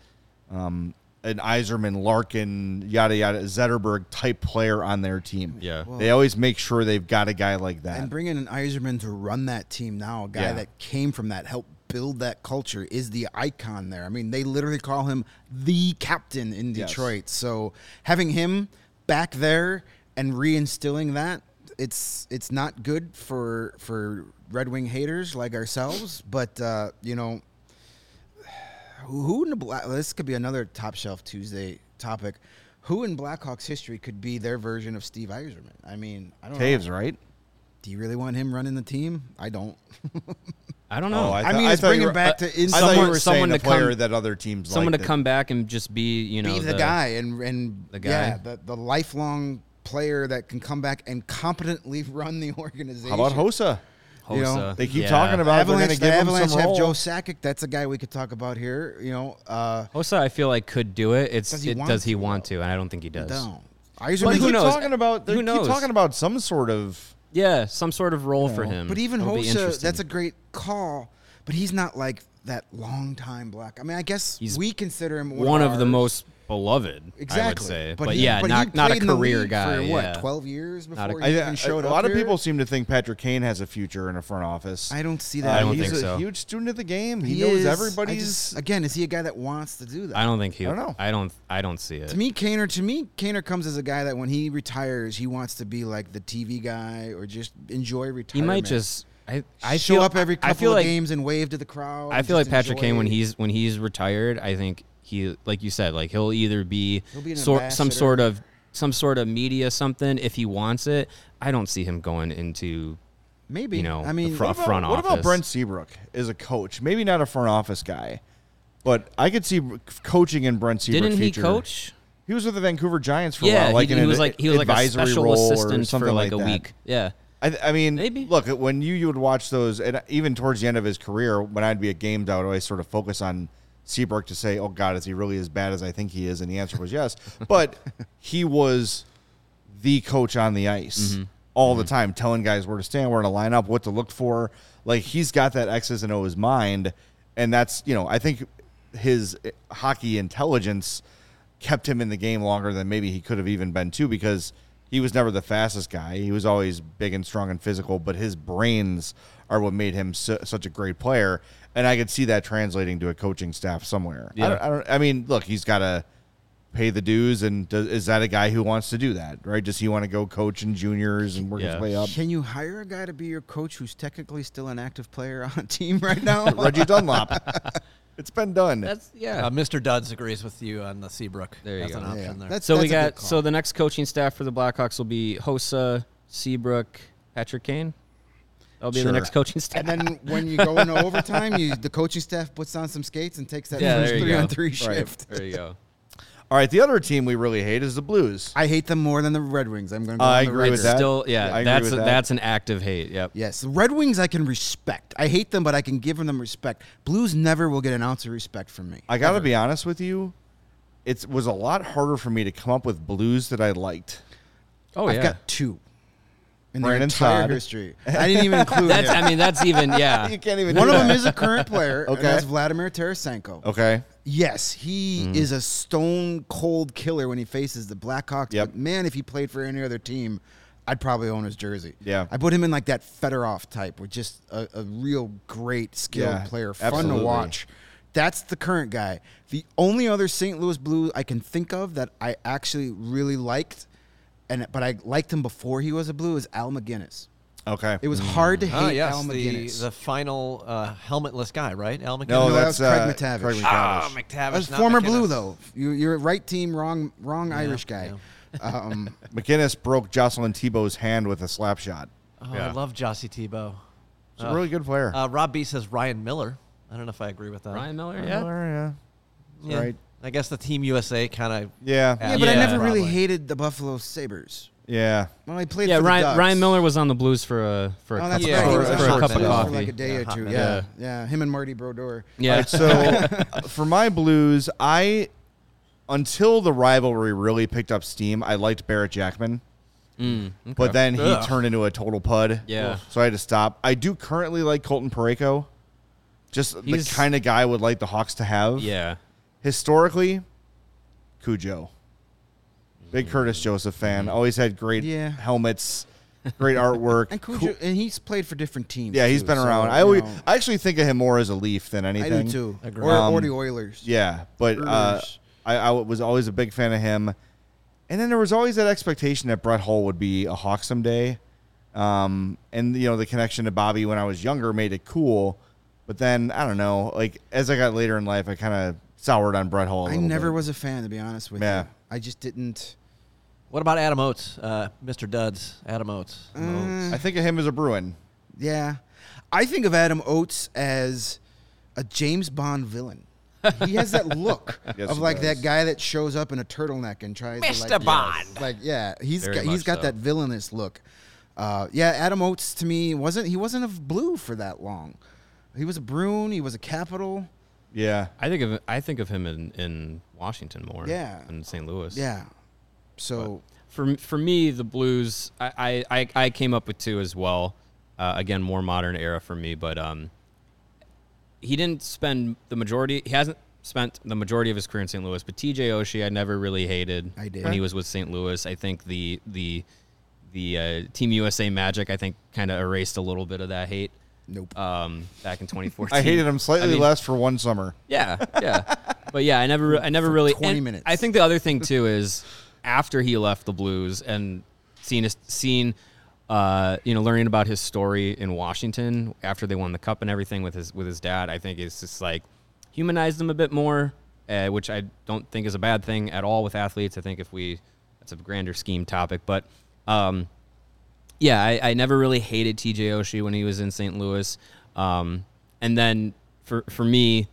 [SPEAKER 1] Um, an Iserman, Larkin, yada yada, Zetterberg type player on their team.
[SPEAKER 2] Yeah.
[SPEAKER 1] they always make sure they've got a guy like that.
[SPEAKER 4] And bringing an Iserman to run that team now, a guy
[SPEAKER 1] Yeah.
[SPEAKER 4] that came from that, helped build that culture, is the icon there. I mean, they literally call him the captain in
[SPEAKER 1] Yes.
[SPEAKER 4] Detroit. So having him back there and reinstilling that, it's it's not good for for Red Wing haters like ourselves, but uh, you know, who who in the Black? This could be another top shelf Tuesday topic. Who in Blackhawks history could be their version of Steve Eiserman? I mean, I don't know.
[SPEAKER 1] Taves, right?
[SPEAKER 4] Do you really want him running the team? I don't.
[SPEAKER 2] I
[SPEAKER 1] Oh,
[SPEAKER 2] don't know.
[SPEAKER 4] I mean, it's
[SPEAKER 1] thought you
[SPEAKER 4] bringing
[SPEAKER 1] were-
[SPEAKER 4] back
[SPEAKER 1] I-
[SPEAKER 4] to in
[SPEAKER 1] I thought you
[SPEAKER 2] someone-
[SPEAKER 1] were
[SPEAKER 2] someone
[SPEAKER 1] saying a
[SPEAKER 2] to come-
[SPEAKER 1] player that other teams
[SPEAKER 2] Someone to
[SPEAKER 1] liked that-
[SPEAKER 2] come back and just be you know
[SPEAKER 4] be the, guy and and
[SPEAKER 2] the guy.
[SPEAKER 4] yeah, the, the lifelong player that can come back and competently [LAUGHS] run the organization.
[SPEAKER 1] How about Hosa?
[SPEAKER 4] You know,
[SPEAKER 2] Hossa.
[SPEAKER 1] They keep
[SPEAKER 2] Yeah.
[SPEAKER 1] talking
[SPEAKER 4] The
[SPEAKER 1] about it. they're going
[SPEAKER 4] Avalanche,
[SPEAKER 1] to
[SPEAKER 4] the
[SPEAKER 1] give him
[SPEAKER 4] Avalanche
[SPEAKER 1] some
[SPEAKER 4] have
[SPEAKER 1] role.
[SPEAKER 4] Joe Sakic. That's a guy we could talk about here. You know, uh,
[SPEAKER 2] Hossa, I feel like could do it. It's does
[SPEAKER 4] Does he
[SPEAKER 2] he, it,
[SPEAKER 4] want
[SPEAKER 2] does he
[SPEAKER 4] to,
[SPEAKER 2] want to? And I don't think he does.
[SPEAKER 4] down.
[SPEAKER 1] But
[SPEAKER 4] Eiserman,
[SPEAKER 2] Who
[SPEAKER 1] who
[SPEAKER 2] knows?
[SPEAKER 1] Talking about, they
[SPEAKER 2] Who
[SPEAKER 1] Keep
[SPEAKER 2] knows?
[SPEAKER 1] talking about some sort of.
[SPEAKER 2] Yeah, some sort of role for him.
[SPEAKER 4] but even
[SPEAKER 2] It'll be
[SPEAKER 4] Hosa,
[SPEAKER 2] interesting.
[SPEAKER 4] that's a great call. But he's not like that long time black. I mean, I guess
[SPEAKER 2] He's
[SPEAKER 4] we consider him one,
[SPEAKER 2] one of the
[SPEAKER 4] ours.
[SPEAKER 2] most beloved. I would
[SPEAKER 4] Exactly.
[SPEAKER 2] say,
[SPEAKER 4] But,
[SPEAKER 2] but,
[SPEAKER 4] he-
[SPEAKER 2] yeah,
[SPEAKER 4] but he
[SPEAKER 2] not not a
[SPEAKER 4] played in the
[SPEAKER 2] career
[SPEAKER 4] league
[SPEAKER 2] guy.
[SPEAKER 4] For what,
[SPEAKER 2] yeah.
[SPEAKER 4] twelve years
[SPEAKER 2] Not a-
[SPEAKER 4] before
[SPEAKER 1] I,
[SPEAKER 4] he
[SPEAKER 1] I,
[SPEAKER 4] even showed
[SPEAKER 1] a
[SPEAKER 4] up.
[SPEAKER 1] lot of
[SPEAKER 4] here?
[SPEAKER 1] people seem to think Patrick Kane has a future in a front office.
[SPEAKER 4] I don't see
[SPEAKER 1] Uh,
[SPEAKER 4] that.
[SPEAKER 2] I don't
[SPEAKER 1] he's
[SPEAKER 2] think
[SPEAKER 1] a
[SPEAKER 2] so.
[SPEAKER 1] huge student of the game. He,
[SPEAKER 4] He
[SPEAKER 1] knows
[SPEAKER 4] is. I
[SPEAKER 1] everybody's.
[SPEAKER 4] just- again, is he a guy that wants to do that?
[SPEAKER 2] I don't think he.
[SPEAKER 1] I don't know.
[SPEAKER 2] I don't. I don't see it.
[SPEAKER 4] to me, Kaner. To me, Kaner comes as a guy that when he retires, he wants to be like the TV guy or just enjoy retirement.
[SPEAKER 2] he might just. I. I
[SPEAKER 4] show
[SPEAKER 2] feel,
[SPEAKER 4] up every couple
[SPEAKER 2] I feel
[SPEAKER 4] of
[SPEAKER 2] like,
[SPEAKER 4] games and wave to the crowd.
[SPEAKER 2] I
[SPEAKER 4] and
[SPEAKER 2] feel like
[SPEAKER 4] just
[SPEAKER 2] Patrick Kane when
[SPEAKER 4] enjoy-
[SPEAKER 2] he's when he's retired. I think he, like you said, like he'll either be,
[SPEAKER 4] He'll be an
[SPEAKER 2] sor- some
[SPEAKER 4] ambassador.
[SPEAKER 2] sort of some sort of media something if he wants it. I don't see him going into
[SPEAKER 4] maybe.
[SPEAKER 2] you know,
[SPEAKER 4] I
[SPEAKER 2] the
[SPEAKER 4] mean,
[SPEAKER 2] front-
[SPEAKER 1] what about,
[SPEAKER 2] front
[SPEAKER 1] what about
[SPEAKER 2] office.
[SPEAKER 1] Brent Seabrook as a coach? Maybe not a front office guy, but I could see coaching in Brent Seabrook's
[SPEAKER 2] Didn't he
[SPEAKER 1] future.
[SPEAKER 2] coach?
[SPEAKER 1] He was with the Vancouver Giants for a
[SPEAKER 2] Yeah,
[SPEAKER 1] while. Like
[SPEAKER 2] he,
[SPEAKER 1] in
[SPEAKER 2] he
[SPEAKER 1] an
[SPEAKER 2] was like he was like a
[SPEAKER 1] advisory
[SPEAKER 2] special
[SPEAKER 1] role or
[SPEAKER 2] assistant
[SPEAKER 1] something
[SPEAKER 2] for like, a
[SPEAKER 1] that.
[SPEAKER 2] week. Yeah,
[SPEAKER 1] I, th- I mean,
[SPEAKER 2] Maybe.
[SPEAKER 1] look when you you would watch those, and even towards the end of his career, when I'd be at games, I would always sort of focus on Seabrook to say, "Oh God, is he really as bad as I think he is?" And the answer was yes, but he was the coach on the ice all the time, telling guys where to stand, where to line up, what to look for. Like he's got that X's and O's mind, and that's you know I think his eh, hockey intelligence kept him in the game longer than maybe he could have even been too because he was never the fastest guy. He was always big and strong and physical, but his brains are what made him su- such a great player. And I could see that translating to a coaching staff somewhere. I,
[SPEAKER 2] Yeah.
[SPEAKER 1] don't, I, don't, I mean, look, he's got to pay the dues? And does, is that a guy who wants to do that? Right? Does he want to go coach in juniors and work
[SPEAKER 2] Yeah.
[SPEAKER 1] his way up?
[SPEAKER 4] Can you hire a guy to be your coach who's technically still an active player on [LAUGHS] a team
[SPEAKER 2] [LAUGHS]
[SPEAKER 4] right now?
[SPEAKER 1] [LAUGHS] Reggie Dunlop. it's been done.
[SPEAKER 2] That's yeah.
[SPEAKER 3] Uh, Mr. Duds agrees with you on the Seabrook.
[SPEAKER 2] There you
[SPEAKER 3] That's
[SPEAKER 2] go.
[SPEAKER 3] an option there.
[SPEAKER 4] That's-
[SPEAKER 2] so we
[SPEAKER 4] a good
[SPEAKER 2] got
[SPEAKER 4] call.
[SPEAKER 2] so the next coaching staff for the Blackhawks will be Hosa, Seabrook, Patrick Kane. That'll be
[SPEAKER 1] Sure.
[SPEAKER 2] the next coaching staff.
[SPEAKER 4] and then when you go into overtime, you the coaching staff puts on some skates and takes that
[SPEAKER 2] Yeah,
[SPEAKER 4] first
[SPEAKER 2] there you
[SPEAKER 4] three on
[SPEAKER 2] go.
[SPEAKER 4] three
[SPEAKER 1] Right.
[SPEAKER 2] [LAUGHS]
[SPEAKER 4] shift.
[SPEAKER 2] there you go.
[SPEAKER 1] All right. The other team we really hate is the Blues.
[SPEAKER 4] I hate them more than the Red Wings. I'm going to go.
[SPEAKER 1] I
[SPEAKER 4] on the
[SPEAKER 1] agree
[SPEAKER 4] Red
[SPEAKER 1] with
[SPEAKER 4] Wings.
[SPEAKER 1] that.
[SPEAKER 2] Still,
[SPEAKER 1] I
[SPEAKER 2] yeah,
[SPEAKER 1] agree
[SPEAKER 2] that's
[SPEAKER 1] with that.
[SPEAKER 2] that's an active hate. Yep.
[SPEAKER 4] Yes, the Red Wings I can respect. I hate them, but I can give them respect. Blues never will get an ounce of respect from me.
[SPEAKER 1] I got to be honest with you. It was a lot harder for me to come up with blues that I liked.
[SPEAKER 2] Oh
[SPEAKER 4] I've
[SPEAKER 2] yeah.
[SPEAKER 4] got two in their
[SPEAKER 1] Brandon
[SPEAKER 4] entire
[SPEAKER 1] Todd.
[SPEAKER 4] history. I
[SPEAKER 1] [LAUGHS]
[SPEAKER 4] didn't even include
[SPEAKER 2] that's
[SPEAKER 4] him.
[SPEAKER 2] I mean that's even yeah.
[SPEAKER 1] [LAUGHS] You can't even.
[SPEAKER 4] One
[SPEAKER 1] do
[SPEAKER 4] of them
[SPEAKER 1] that.
[SPEAKER 4] is a current player,
[SPEAKER 1] Okay.
[SPEAKER 4] and that's Vladimir Tarasenko.
[SPEAKER 1] Okay.
[SPEAKER 4] Yes, he
[SPEAKER 1] Mm-hmm.
[SPEAKER 4] is a stone cold killer when he faces the Blackhawks.
[SPEAKER 1] Yep.
[SPEAKER 4] But man, if he played for any other team, I'd probably own his jersey.
[SPEAKER 1] Yeah.
[SPEAKER 4] I put him in like that Fedorov type, with just a, a real great skilled
[SPEAKER 1] Yeah,
[SPEAKER 4] player, fun
[SPEAKER 1] absolutely.
[SPEAKER 4] to watch. That's the current guy. The only other St. Louis Blue I can think of that I actually really liked, and but I liked him before he was a Blue is Al McGinnis.
[SPEAKER 1] Okay.
[SPEAKER 4] It was hard to hate
[SPEAKER 1] Oh,
[SPEAKER 3] Ah, yes,
[SPEAKER 4] Al
[SPEAKER 3] the,
[SPEAKER 4] McGinnis.
[SPEAKER 3] the final uh, helmetless guy, right? Al McGinnis.
[SPEAKER 1] no,
[SPEAKER 4] No, that
[SPEAKER 1] that's
[SPEAKER 4] was Craig
[SPEAKER 1] uh,
[SPEAKER 4] McTavish.
[SPEAKER 1] Craig
[SPEAKER 3] Ah,
[SPEAKER 1] McTavish.
[SPEAKER 3] McTavish.
[SPEAKER 4] I was
[SPEAKER 3] not
[SPEAKER 4] Oh, former
[SPEAKER 3] McKinnon.
[SPEAKER 4] blue though. You, you're right team, wrong wrong Irish guy. Um,
[SPEAKER 1] McGinnis Mm. broke Jocelyn Tebow's hand with a slap shot.
[SPEAKER 3] Oh, I
[SPEAKER 2] Yeah.
[SPEAKER 3] love Jossie Tebow.
[SPEAKER 1] He's a really good player.
[SPEAKER 3] Uh, Rob B says Ryan Miller. I don't know if I agree with that.
[SPEAKER 2] Ryan Miller,
[SPEAKER 1] Miller,
[SPEAKER 2] yeah.
[SPEAKER 1] yeah.
[SPEAKER 3] Yeah.
[SPEAKER 1] Right.
[SPEAKER 3] I guess the Team USA kind of.
[SPEAKER 1] [LAUGHS] Yeah.
[SPEAKER 4] yeah,
[SPEAKER 1] Yeah.
[SPEAKER 4] but I
[SPEAKER 2] Yeah.
[SPEAKER 4] never really
[SPEAKER 3] Probably.
[SPEAKER 4] hated the Buffalo Sabers. Well, I played.
[SPEAKER 2] Yeah,
[SPEAKER 4] for the
[SPEAKER 2] Ryan,
[SPEAKER 4] Ducks.
[SPEAKER 2] Ryan Miller was on the Blues for a for a
[SPEAKER 4] Oh,
[SPEAKER 2] cup,
[SPEAKER 4] that's
[SPEAKER 2] of
[SPEAKER 3] Yeah,
[SPEAKER 4] right. He
[SPEAKER 2] coffee-
[SPEAKER 4] was
[SPEAKER 2] for, a
[SPEAKER 4] on Hot
[SPEAKER 2] cup of
[SPEAKER 4] Minute
[SPEAKER 2] coffee.
[SPEAKER 4] for like a day or
[SPEAKER 3] Yeah, Hot
[SPEAKER 4] two.
[SPEAKER 3] Minute.
[SPEAKER 4] Yeah, yeah. Him and Marty Brodeur.
[SPEAKER 1] All
[SPEAKER 2] yeah.
[SPEAKER 1] right, so uh,
[SPEAKER 4] [LAUGHS]
[SPEAKER 1] for my Blues, I until the rivalry really picked up steam, I liked Barrett Jackman.
[SPEAKER 4] Mm,
[SPEAKER 1] But then he
[SPEAKER 3] Ugh.
[SPEAKER 1] turned into a total pud.
[SPEAKER 2] Yeah.
[SPEAKER 1] So I had to stop. I do currently like Colton Pareko. Just
[SPEAKER 2] He's-
[SPEAKER 1] the kind of guy I would like the Hawks to have.
[SPEAKER 2] yeah.
[SPEAKER 1] Historically, Cujo. Big Curtis Joseph fan. Always had great
[SPEAKER 4] Mm. Yeah.
[SPEAKER 1] helmets,
[SPEAKER 4] [LAUGHS]
[SPEAKER 1] great artwork.
[SPEAKER 4] And
[SPEAKER 1] Cool-
[SPEAKER 4] Cujo, and he's played for different teams.
[SPEAKER 1] Yeah, he's
[SPEAKER 4] too,
[SPEAKER 1] been
[SPEAKER 4] so,
[SPEAKER 1] around. I
[SPEAKER 4] you
[SPEAKER 1] always,
[SPEAKER 4] know,
[SPEAKER 1] I actually think of him more as a Leaf than
[SPEAKER 4] I
[SPEAKER 1] anything.
[SPEAKER 4] do too.
[SPEAKER 3] Agree.
[SPEAKER 4] Or, or
[SPEAKER 1] Um,
[SPEAKER 4] the Oilers.
[SPEAKER 1] Yeah, but uh,
[SPEAKER 4] Brewers.
[SPEAKER 1] I, I was always a big fan of him. And then there was always that expectation that Brett Hull would be a Hawk someday. Um, and you know the connection to Bobby when I was younger made it cool. But then I don't know, like as I got later in life, I kind of soured on Brett Hull. a
[SPEAKER 4] I
[SPEAKER 1] little
[SPEAKER 4] never
[SPEAKER 1] bit.
[SPEAKER 4] was a fan, to be honest with
[SPEAKER 1] Yeah.
[SPEAKER 4] you. I just didn't.
[SPEAKER 3] What about Adam Oates? Uh, Mr. Duds. Adam Oates.
[SPEAKER 4] Mm.
[SPEAKER 3] Oates.
[SPEAKER 1] I think of him as a Bruin.
[SPEAKER 4] Yeah. I think of Adam Oates as a James Bond villain. He has that look
[SPEAKER 1] Yes,
[SPEAKER 4] of
[SPEAKER 1] he
[SPEAKER 4] like
[SPEAKER 1] does.
[SPEAKER 4] that guy that shows up in a turtleneck and tries
[SPEAKER 3] Mr.
[SPEAKER 4] to like,
[SPEAKER 3] Bond.
[SPEAKER 4] Yes, like yeah, he's
[SPEAKER 2] Very
[SPEAKER 4] got, he's
[SPEAKER 2] much
[SPEAKER 4] got
[SPEAKER 2] so.
[SPEAKER 4] that villainous look. Uh, yeah, Adam Oates to me wasn't he wasn't of blue for that long. He was a Bruin, he was a Capital.
[SPEAKER 1] Yeah,
[SPEAKER 2] I think of I think of him in, in Washington more.
[SPEAKER 4] Yeah.
[SPEAKER 2] In St. Louis.
[SPEAKER 4] Yeah. So
[SPEAKER 2] For for me, the Blues, I I, I, I came up with two as well. Uh, again, more modern era for me, but um, he didn't spend the majority. He hasn't spent the majority of his career in St. Louis. But T.J. Oshie, I never really hated
[SPEAKER 4] I did.
[SPEAKER 2] when he was with St. Louis. I think the the the uh, Team USA magic, I think, kind of erased a little bit of that hate.
[SPEAKER 4] Nope.
[SPEAKER 2] Um, back in 2014,
[SPEAKER 1] [LAUGHS] I hated him slightly
[SPEAKER 2] I mean,
[SPEAKER 1] less for one summer.
[SPEAKER 2] yeah, yeah. but yeah, I never, re- I never really.
[SPEAKER 4] 20
[SPEAKER 2] and
[SPEAKER 4] minutes.
[SPEAKER 2] I think the other thing too is after he left the Blues and seen his seen, uh, you know, learning about his story in Washington after they won the cup and everything with his with his dad. I think it's just like humanized him a bit more, uh, which I don't think is a bad thing at all with athletes. I think if we, that's a grander scheme topic, but. Um, yeah, I, I never really hated TJ Oshie when he was in St. Louis. Um, and then for for me,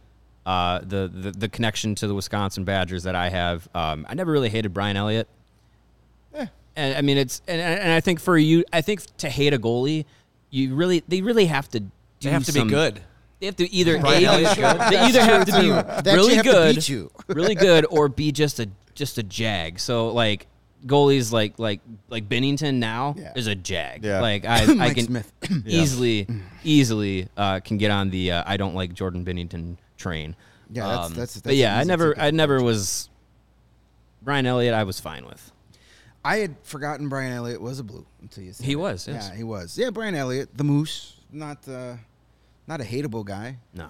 [SPEAKER 2] uh, the, the the connection to the Wisconsin Badgers that I have, um, I never really hated Brian Elliott. And I mean, it's and, and and I think for you, I think to hate a goalie, you really they really have to. Do
[SPEAKER 3] They have to be
[SPEAKER 2] some-
[SPEAKER 3] good.
[SPEAKER 2] They have to either
[SPEAKER 3] Brian
[SPEAKER 2] A,
[SPEAKER 3] Elliott's good.
[SPEAKER 2] they either have to be
[SPEAKER 4] true, too. They
[SPEAKER 2] really
[SPEAKER 4] actually have to
[SPEAKER 2] good,
[SPEAKER 4] beat you.
[SPEAKER 2] really good, or be just a just a jag. So like goalies like like like Bennington now
[SPEAKER 4] Yeah.
[SPEAKER 2] is a jag.
[SPEAKER 1] Yeah.
[SPEAKER 4] [LAUGHS]
[SPEAKER 2] Like I, I
[SPEAKER 4] Mike
[SPEAKER 2] can
[SPEAKER 4] Smith. [CLEARS THROAT]
[SPEAKER 2] [CLEARS THROAT] easily easily uh, can get on the uh, I don't like Jordan Bennington train. Um,
[SPEAKER 4] Yeah, that's- that's-
[SPEAKER 2] but
[SPEAKER 4] that's
[SPEAKER 2] yeah,
[SPEAKER 4] an
[SPEAKER 2] I
[SPEAKER 4] easy
[SPEAKER 2] never
[SPEAKER 4] ticket
[SPEAKER 2] I never was Brian Elliott. I was fine with.
[SPEAKER 4] I had forgotten Brian Elliott was a blue until you said
[SPEAKER 2] He
[SPEAKER 4] it.
[SPEAKER 2] was, yes.
[SPEAKER 4] Yeah, he was. Yeah, Brian Elliott, the Moose, not uh, not a hateable guy.
[SPEAKER 2] No,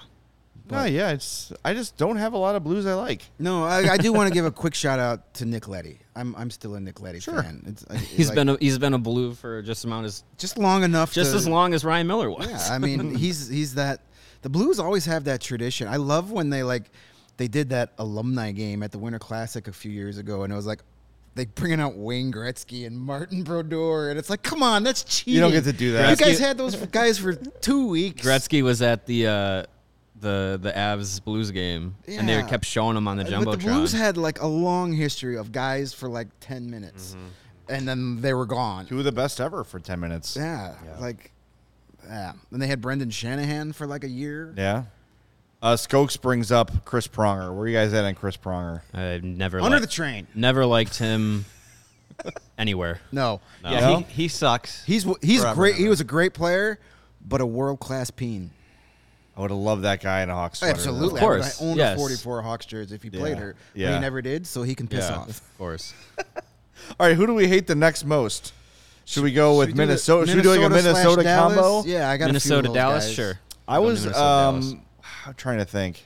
[SPEAKER 1] No, yeah, it's I just don't have a lot of blues I like.
[SPEAKER 4] No, I, I do want to give a quick shout out to Nick Letty. I'm I'm still a Nick Letty
[SPEAKER 1] Sure.
[SPEAKER 4] fan. It's,
[SPEAKER 2] [LAUGHS]
[SPEAKER 4] uh,
[SPEAKER 2] He's been a, he's been a blue for just amount as
[SPEAKER 4] just long enough.
[SPEAKER 2] just
[SPEAKER 4] to-
[SPEAKER 2] as long as Ryan Miller was.
[SPEAKER 4] Yeah, I
[SPEAKER 2] [LAUGHS]
[SPEAKER 4] mean, he's he's that. The Blues always have that tradition. I love when they like they did that alumni game at the Winter Classic a few years ago, and it was like they bringing out Wayne Gretzky and Martin Brodeur, and it's like, come on, that's cheating.
[SPEAKER 1] don't get to do that.
[SPEAKER 4] You guys
[SPEAKER 2] Gretzky-
[SPEAKER 4] had those guys for two weeks.
[SPEAKER 2] Gretzky was at the uh, the the Avs Blues game, and they
[SPEAKER 4] Yeah. Uh,
[SPEAKER 2] kept showing him on the jumbotron.
[SPEAKER 4] But the Blues had like a long history of guys for like ten minutes,
[SPEAKER 2] Mm-hmm.
[SPEAKER 4] and then they were gone.
[SPEAKER 1] Two of the best ever for ten minutes.
[SPEAKER 4] Yeah, like, yeah. And they had Brendan Shanahan for like a year.
[SPEAKER 1] Yeah. Uh, Skokes brings up Chris Pronger. Where are you guys at on Chris Pronger?
[SPEAKER 2] I've never
[SPEAKER 4] Under the
[SPEAKER 2] liked,
[SPEAKER 4] train.
[SPEAKER 2] never liked
[SPEAKER 4] [LAUGHS]
[SPEAKER 2] him anywhere.
[SPEAKER 4] No,
[SPEAKER 3] Yeah,
[SPEAKER 1] No?
[SPEAKER 3] he, he sucks.
[SPEAKER 4] he's he's
[SPEAKER 3] Forever,
[SPEAKER 4] great. He
[SPEAKER 3] never.
[SPEAKER 4] was a great player, but a world class peen.
[SPEAKER 1] I would have loved that guy in a Hawks sweater. though.
[SPEAKER 4] Absolutely,
[SPEAKER 2] Of course,
[SPEAKER 4] I own
[SPEAKER 2] yes.
[SPEAKER 4] a forty-four Hawks jersey if he played her. but
[SPEAKER 1] yeah.
[SPEAKER 4] he never did, so he can piss
[SPEAKER 2] yeah,
[SPEAKER 4] off.
[SPEAKER 2] of course.
[SPEAKER 1] All right, who do we hate the next most? Should we go with
[SPEAKER 4] we do the
[SPEAKER 1] Minnesota? Should we do like a
[SPEAKER 4] Minnesota slash
[SPEAKER 1] Minnesota
[SPEAKER 4] Dallas?
[SPEAKER 1] combo?
[SPEAKER 4] Yeah, I got a few
[SPEAKER 2] Minnesota,
[SPEAKER 4] of those
[SPEAKER 2] Dallas,
[SPEAKER 4] guys.
[SPEAKER 2] sure.
[SPEAKER 1] I
[SPEAKER 2] Go
[SPEAKER 1] was
[SPEAKER 2] Minnesota, Dallas.
[SPEAKER 1] um, I'm trying to think.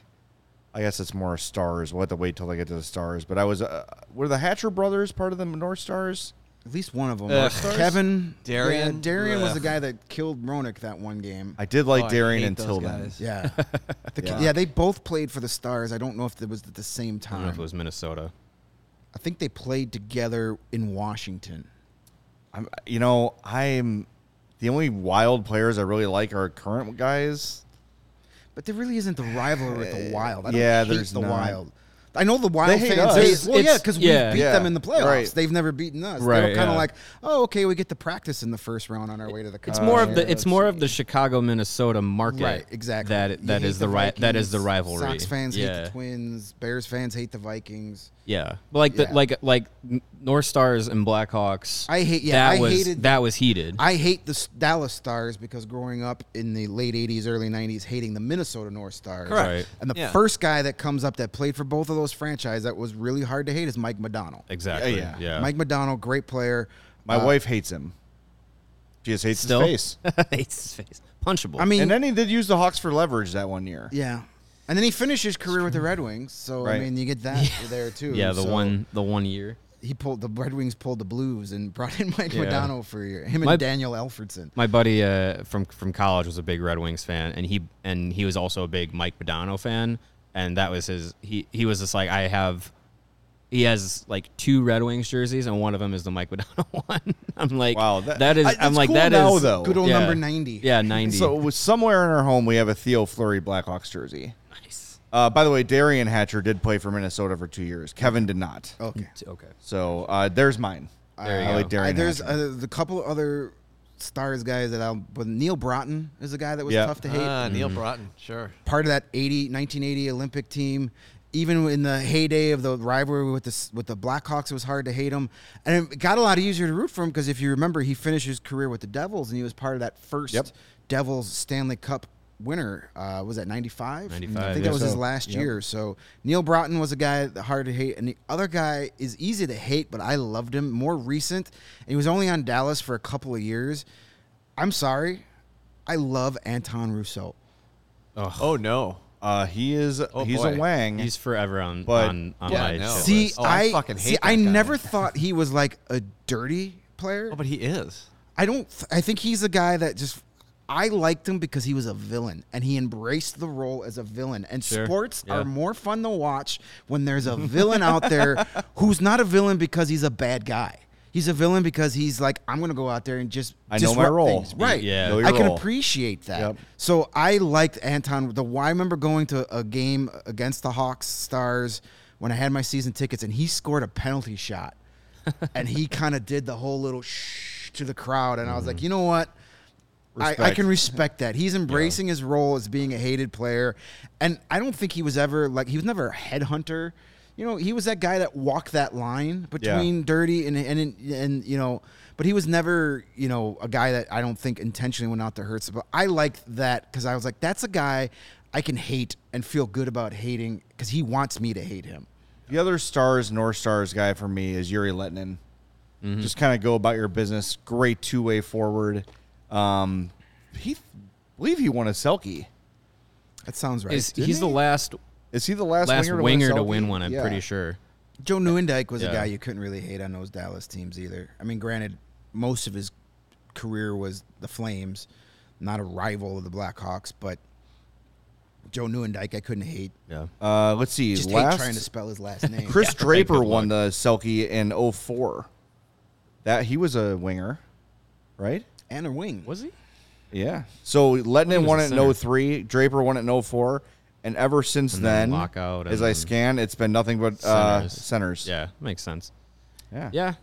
[SPEAKER 1] I guess it's more stars. We'll have to wait till I get to the stars. But I was uh, were the Hatcher brothers part of the North Stars?
[SPEAKER 4] At least one of them.
[SPEAKER 2] Ugh.
[SPEAKER 4] Kevin
[SPEAKER 3] Darian?
[SPEAKER 4] Yeah, Darian was
[SPEAKER 3] Ugh.
[SPEAKER 4] the guy that killed Ronick that one game.
[SPEAKER 1] I did like
[SPEAKER 3] Oh, I
[SPEAKER 1] Darian
[SPEAKER 3] hate
[SPEAKER 1] until
[SPEAKER 3] those
[SPEAKER 1] then.
[SPEAKER 3] guys.
[SPEAKER 4] yeah. The ki-
[SPEAKER 1] Yeah.
[SPEAKER 4] yeah, They both played for the Stars. I don't know if it was at the same
[SPEAKER 2] I don't
[SPEAKER 4] time.
[SPEAKER 2] know if it was Minnesota.
[SPEAKER 4] I think they played together in Washington.
[SPEAKER 1] I'm, you know, I'm the only wild players I really like are current guys.
[SPEAKER 4] But there
[SPEAKER 2] [SIGHS]
[SPEAKER 4] really isn't the rivalry with the Wild. I don't
[SPEAKER 1] yeah,
[SPEAKER 4] hate
[SPEAKER 1] there's
[SPEAKER 4] the
[SPEAKER 1] not.
[SPEAKER 4] Wild. I know the Wild
[SPEAKER 1] They hate
[SPEAKER 4] fans.
[SPEAKER 1] us.
[SPEAKER 4] hate-
[SPEAKER 1] It's-
[SPEAKER 4] well, yeah,
[SPEAKER 2] it's-
[SPEAKER 4] because
[SPEAKER 2] yeah.
[SPEAKER 4] we beat
[SPEAKER 1] Yeah,
[SPEAKER 4] them in the playoffs.
[SPEAKER 1] right.
[SPEAKER 4] They've never beaten us. they
[SPEAKER 2] Right,
[SPEAKER 4] were kind of
[SPEAKER 2] yeah.
[SPEAKER 4] like, oh, okay, we get to practice in the first round on our way to the.
[SPEAKER 2] It's
[SPEAKER 4] conference
[SPEAKER 2] more of
[SPEAKER 4] championship."
[SPEAKER 2] the it's more of the Chicago Minnesota market.
[SPEAKER 4] Right, exactly.
[SPEAKER 2] That
[SPEAKER 4] You
[SPEAKER 2] that
[SPEAKER 4] hate
[SPEAKER 2] is the, ri- that is the
[SPEAKER 4] Vikings,
[SPEAKER 2] rivalry.
[SPEAKER 4] Sox fans
[SPEAKER 2] yeah.
[SPEAKER 4] hate the Twins. Bears fans hate the Vikings.
[SPEAKER 2] Yeah, but like
[SPEAKER 4] Yeah.
[SPEAKER 2] the like like N- North Stars and Blackhawks.
[SPEAKER 4] I hate- yeah,
[SPEAKER 2] that
[SPEAKER 4] I
[SPEAKER 2] was
[SPEAKER 4] hated-
[SPEAKER 2] that was heated.
[SPEAKER 4] I hate the S- Dallas Stars because growing up in the late '80s, early '90s, hating the Minnesota North Stars.
[SPEAKER 3] Correct.
[SPEAKER 2] Right.
[SPEAKER 4] And the
[SPEAKER 3] Yeah.
[SPEAKER 4] first guy that comes up that played for both of those franchises that was really hard to hate is Mike McDonald.
[SPEAKER 2] exactly.
[SPEAKER 1] Yeah,
[SPEAKER 2] Yeah.
[SPEAKER 1] yeah.
[SPEAKER 4] Mike McDonald, great player. Uh,
[SPEAKER 1] My wife hates him. She just hates
[SPEAKER 2] Uh, Still [LAUGHS]
[SPEAKER 1] his face.
[SPEAKER 2] Hates his face. Punchable.
[SPEAKER 4] I mean,
[SPEAKER 1] and then he did use the Hawks for leverage that one year.
[SPEAKER 4] yeah. And then he finished his career with the Red Wings, so
[SPEAKER 1] Right.
[SPEAKER 4] I mean, you get that there too.
[SPEAKER 2] yeah, the
[SPEAKER 4] So
[SPEAKER 2] one the one year.
[SPEAKER 4] he pulled the Red Wings pulled the Blues and [LAUGHS] brought in Mike
[SPEAKER 2] Yeah.
[SPEAKER 4] McDonald for a year. Him and
[SPEAKER 2] My-
[SPEAKER 4] Daniel Alfredson.
[SPEAKER 2] My buddy uh, from from college was a big Red Wings fan, and he and he was also a big Mike Badano fan, and that was his. He he was just like I have. He has like two Red Wings jerseys, and one of them is the Mike Badano [LAUGHS] one. I'm like,
[SPEAKER 1] Wow, that-
[SPEAKER 2] that is.
[SPEAKER 1] I-
[SPEAKER 2] I'm
[SPEAKER 1] it's
[SPEAKER 2] like,
[SPEAKER 1] cool
[SPEAKER 2] that is
[SPEAKER 1] now, though.
[SPEAKER 4] Good old
[SPEAKER 2] yeah.
[SPEAKER 4] number ninety.
[SPEAKER 2] Yeah, ninety.
[SPEAKER 1] So it was somewhere in our home we have a Theo Fleury Blackhawks jersey.
[SPEAKER 2] nice.
[SPEAKER 1] Uh, by the way, Darian Hatcher did play for Minnesota for two years. Kevin did not.
[SPEAKER 2] [LAUGHS]
[SPEAKER 4] Okay.
[SPEAKER 2] Okay.
[SPEAKER 1] So uh, there's mine.
[SPEAKER 2] Oh. There you
[SPEAKER 1] I
[SPEAKER 2] go.
[SPEAKER 1] like Darian
[SPEAKER 4] I, there's
[SPEAKER 1] Hatcher.
[SPEAKER 4] uh, the couple other stars guys that I'll. But Neil Broughton is a guy that was
[SPEAKER 1] Yeah.
[SPEAKER 4] tough to hate.
[SPEAKER 3] Ah,
[SPEAKER 2] Mm-hmm.
[SPEAKER 3] Neil Broughton, sure.
[SPEAKER 4] part of that 80, 1980 Olympic team. Even in the heyday of the rivalry with the s- with the Blackhawks, it was hard to hate him, and it got a lot easier to root for him because if you remember, he finished his career with the Devils, and he was part of that first
[SPEAKER 1] Yep.
[SPEAKER 4] Devils Stanley Cup winner. Uh, was that ninety five?
[SPEAKER 2] 95,
[SPEAKER 4] I think
[SPEAKER 2] yeah.
[SPEAKER 4] that was his
[SPEAKER 1] So,
[SPEAKER 4] last
[SPEAKER 1] yep.
[SPEAKER 4] year. So Neil Broughton was a guy that hard to hate, and the other guy is easy to hate, but I loved him. More recent, and he was only on Dallas for a couple of years. I'm sorry, I love Anton Rousseau.
[SPEAKER 3] Oh no.
[SPEAKER 1] Uh, he is he's a
[SPEAKER 3] boy.
[SPEAKER 1] wang.
[SPEAKER 2] Oh, He's forever on
[SPEAKER 1] But-
[SPEAKER 2] on, on
[SPEAKER 3] Yeah,
[SPEAKER 2] my
[SPEAKER 3] no.
[SPEAKER 2] shit
[SPEAKER 4] See,
[SPEAKER 2] list.
[SPEAKER 3] Oh,
[SPEAKER 4] I,
[SPEAKER 3] I fucking hate
[SPEAKER 4] see, I
[SPEAKER 3] that guy.
[SPEAKER 4] never thought he was like a dirty player.
[SPEAKER 3] Oh, but he is.
[SPEAKER 4] I don't. th- I think he's a guy that just. I liked him because he was a villain and he embraced the role as a villain. And
[SPEAKER 2] Sure,
[SPEAKER 4] sports
[SPEAKER 2] yeah.
[SPEAKER 4] are more fun to watch when there's a villain out there who's not a villain because he's a bad guy. He's a villain because he's like, I'm going to go out there and just
[SPEAKER 1] I know my
[SPEAKER 4] disrupt
[SPEAKER 1] role.
[SPEAKER 4] things." Right.
[SPEAKER 2] Yeah.
[SPEAKER 1] Know your
[SPEAKER 4] I can
[SPEAKER 1] role.
[SPEAKER 4] appreciate that.
[SPEAKER 1] Yep.
[SPEAKER 4] So I liked Anton. The why I remember going to a game against the Hawks Stars when I had my season tickets, and he scored a
[SPEAKER 1] [LAUGHS]
[SPEAKER 4] penalty shot, and he kind of did the whole little shh to the crowd, and I was like, you know what?
[SPEAKER 1] Mm-hmm.
[SPEAKER 4] I, I
[SPEAKER 1] Respect.
[SPEAKER 4] can respect that. He's embracing his role as being a hated player, and I don't think he was ever like he was never a headhunter. You know, he was that guy that walked that line
[SPEAKER 1] Yeah.
[SPEAKER 4] between dirty and and and you know, but he was never you know a guy that I don't think intentionally went out to hurt. But I liked that because I was like, that's a guy I can hate and feel good about hating because he wants me to hate him.
[SPEAKER 1] the other stars North Stars guy for me is Yuri Letnin.
[SPEAKER 2] Mm-hmm.
[SPEAKER 1] Just kind of go about your business. Great two way forward. Um, he believe he won a Selkie.
[SPEAKER 4] That sounds right.
[SPEAKER 2] Is,
[SPEAKER 1] Didn't
[SPEAKER 2] he's the
[SPEAKER 1] he?
[SPEAKER 2] last
[SPEAKER 1] Is he the last,
[SPEAKER 2] last
[SPEAKER 1] winger,
[SPEAKER 2] winger,
[SPEAKER 1] to win, a
[SPEAKER 2] to
[SPEAKER 1] selfie?
[SPEAKER 2] win one? I'm
[SPEAKER 1] Yeah.
[SPEAKER 2] pretty sure.
[SPEAKER 4] Joe Newendike was
[SPEAKER 2] Yeah.
[SPEAKER 4] a guy you couldn't really hate on those Dallas teams either. I mean, granted, most of his career was the Flames, not a rival of the Blackhawks, but Joe Newendike I couldn't hate.
[SPEAKER 2] Yeah.
[SPEAKER 1] Uh, let's see.
[SPEAKER 4] Just
[SPEAKER 1] last,
[SPEAKER 4] hate trying to spell his last name.
[SPEAKER 1] Chris Draper
[SPEAKER 2] good
[SPEAKER 1] won the Selkie in 04. That he was a winger, right?
[SPEAKER 4] and a wing.
[SPEAKER 2] Was he?
[SPEAKER 1] Yeah. So Lettinen
[SPEAKER 2] was
[SPEAKER 1] won
[SPEAKER 2] a
[SPEAKER 1] it
[SPEAKER 2] center.
[SPEAKER 1] in 03, Draper won it in 04, and ever since
[SPEAKER 2] And then
[SPEAKER 1] then,
[SPEAKER 2] lockout
[SPEAKER 1] as
[SPEAKER 2] and
[SPEAKER 1] I
[SPEAKER 2] then
[SPEAKER 1] scan, it's been nothing but uh,
[SPEAKER 2] Centers.
[SPEAKER 1] centers.
[SPEAKER 2] Yeah, makes sense.
[SPEAKER 1] Yeah.
[SPEAKER 2] Yeah.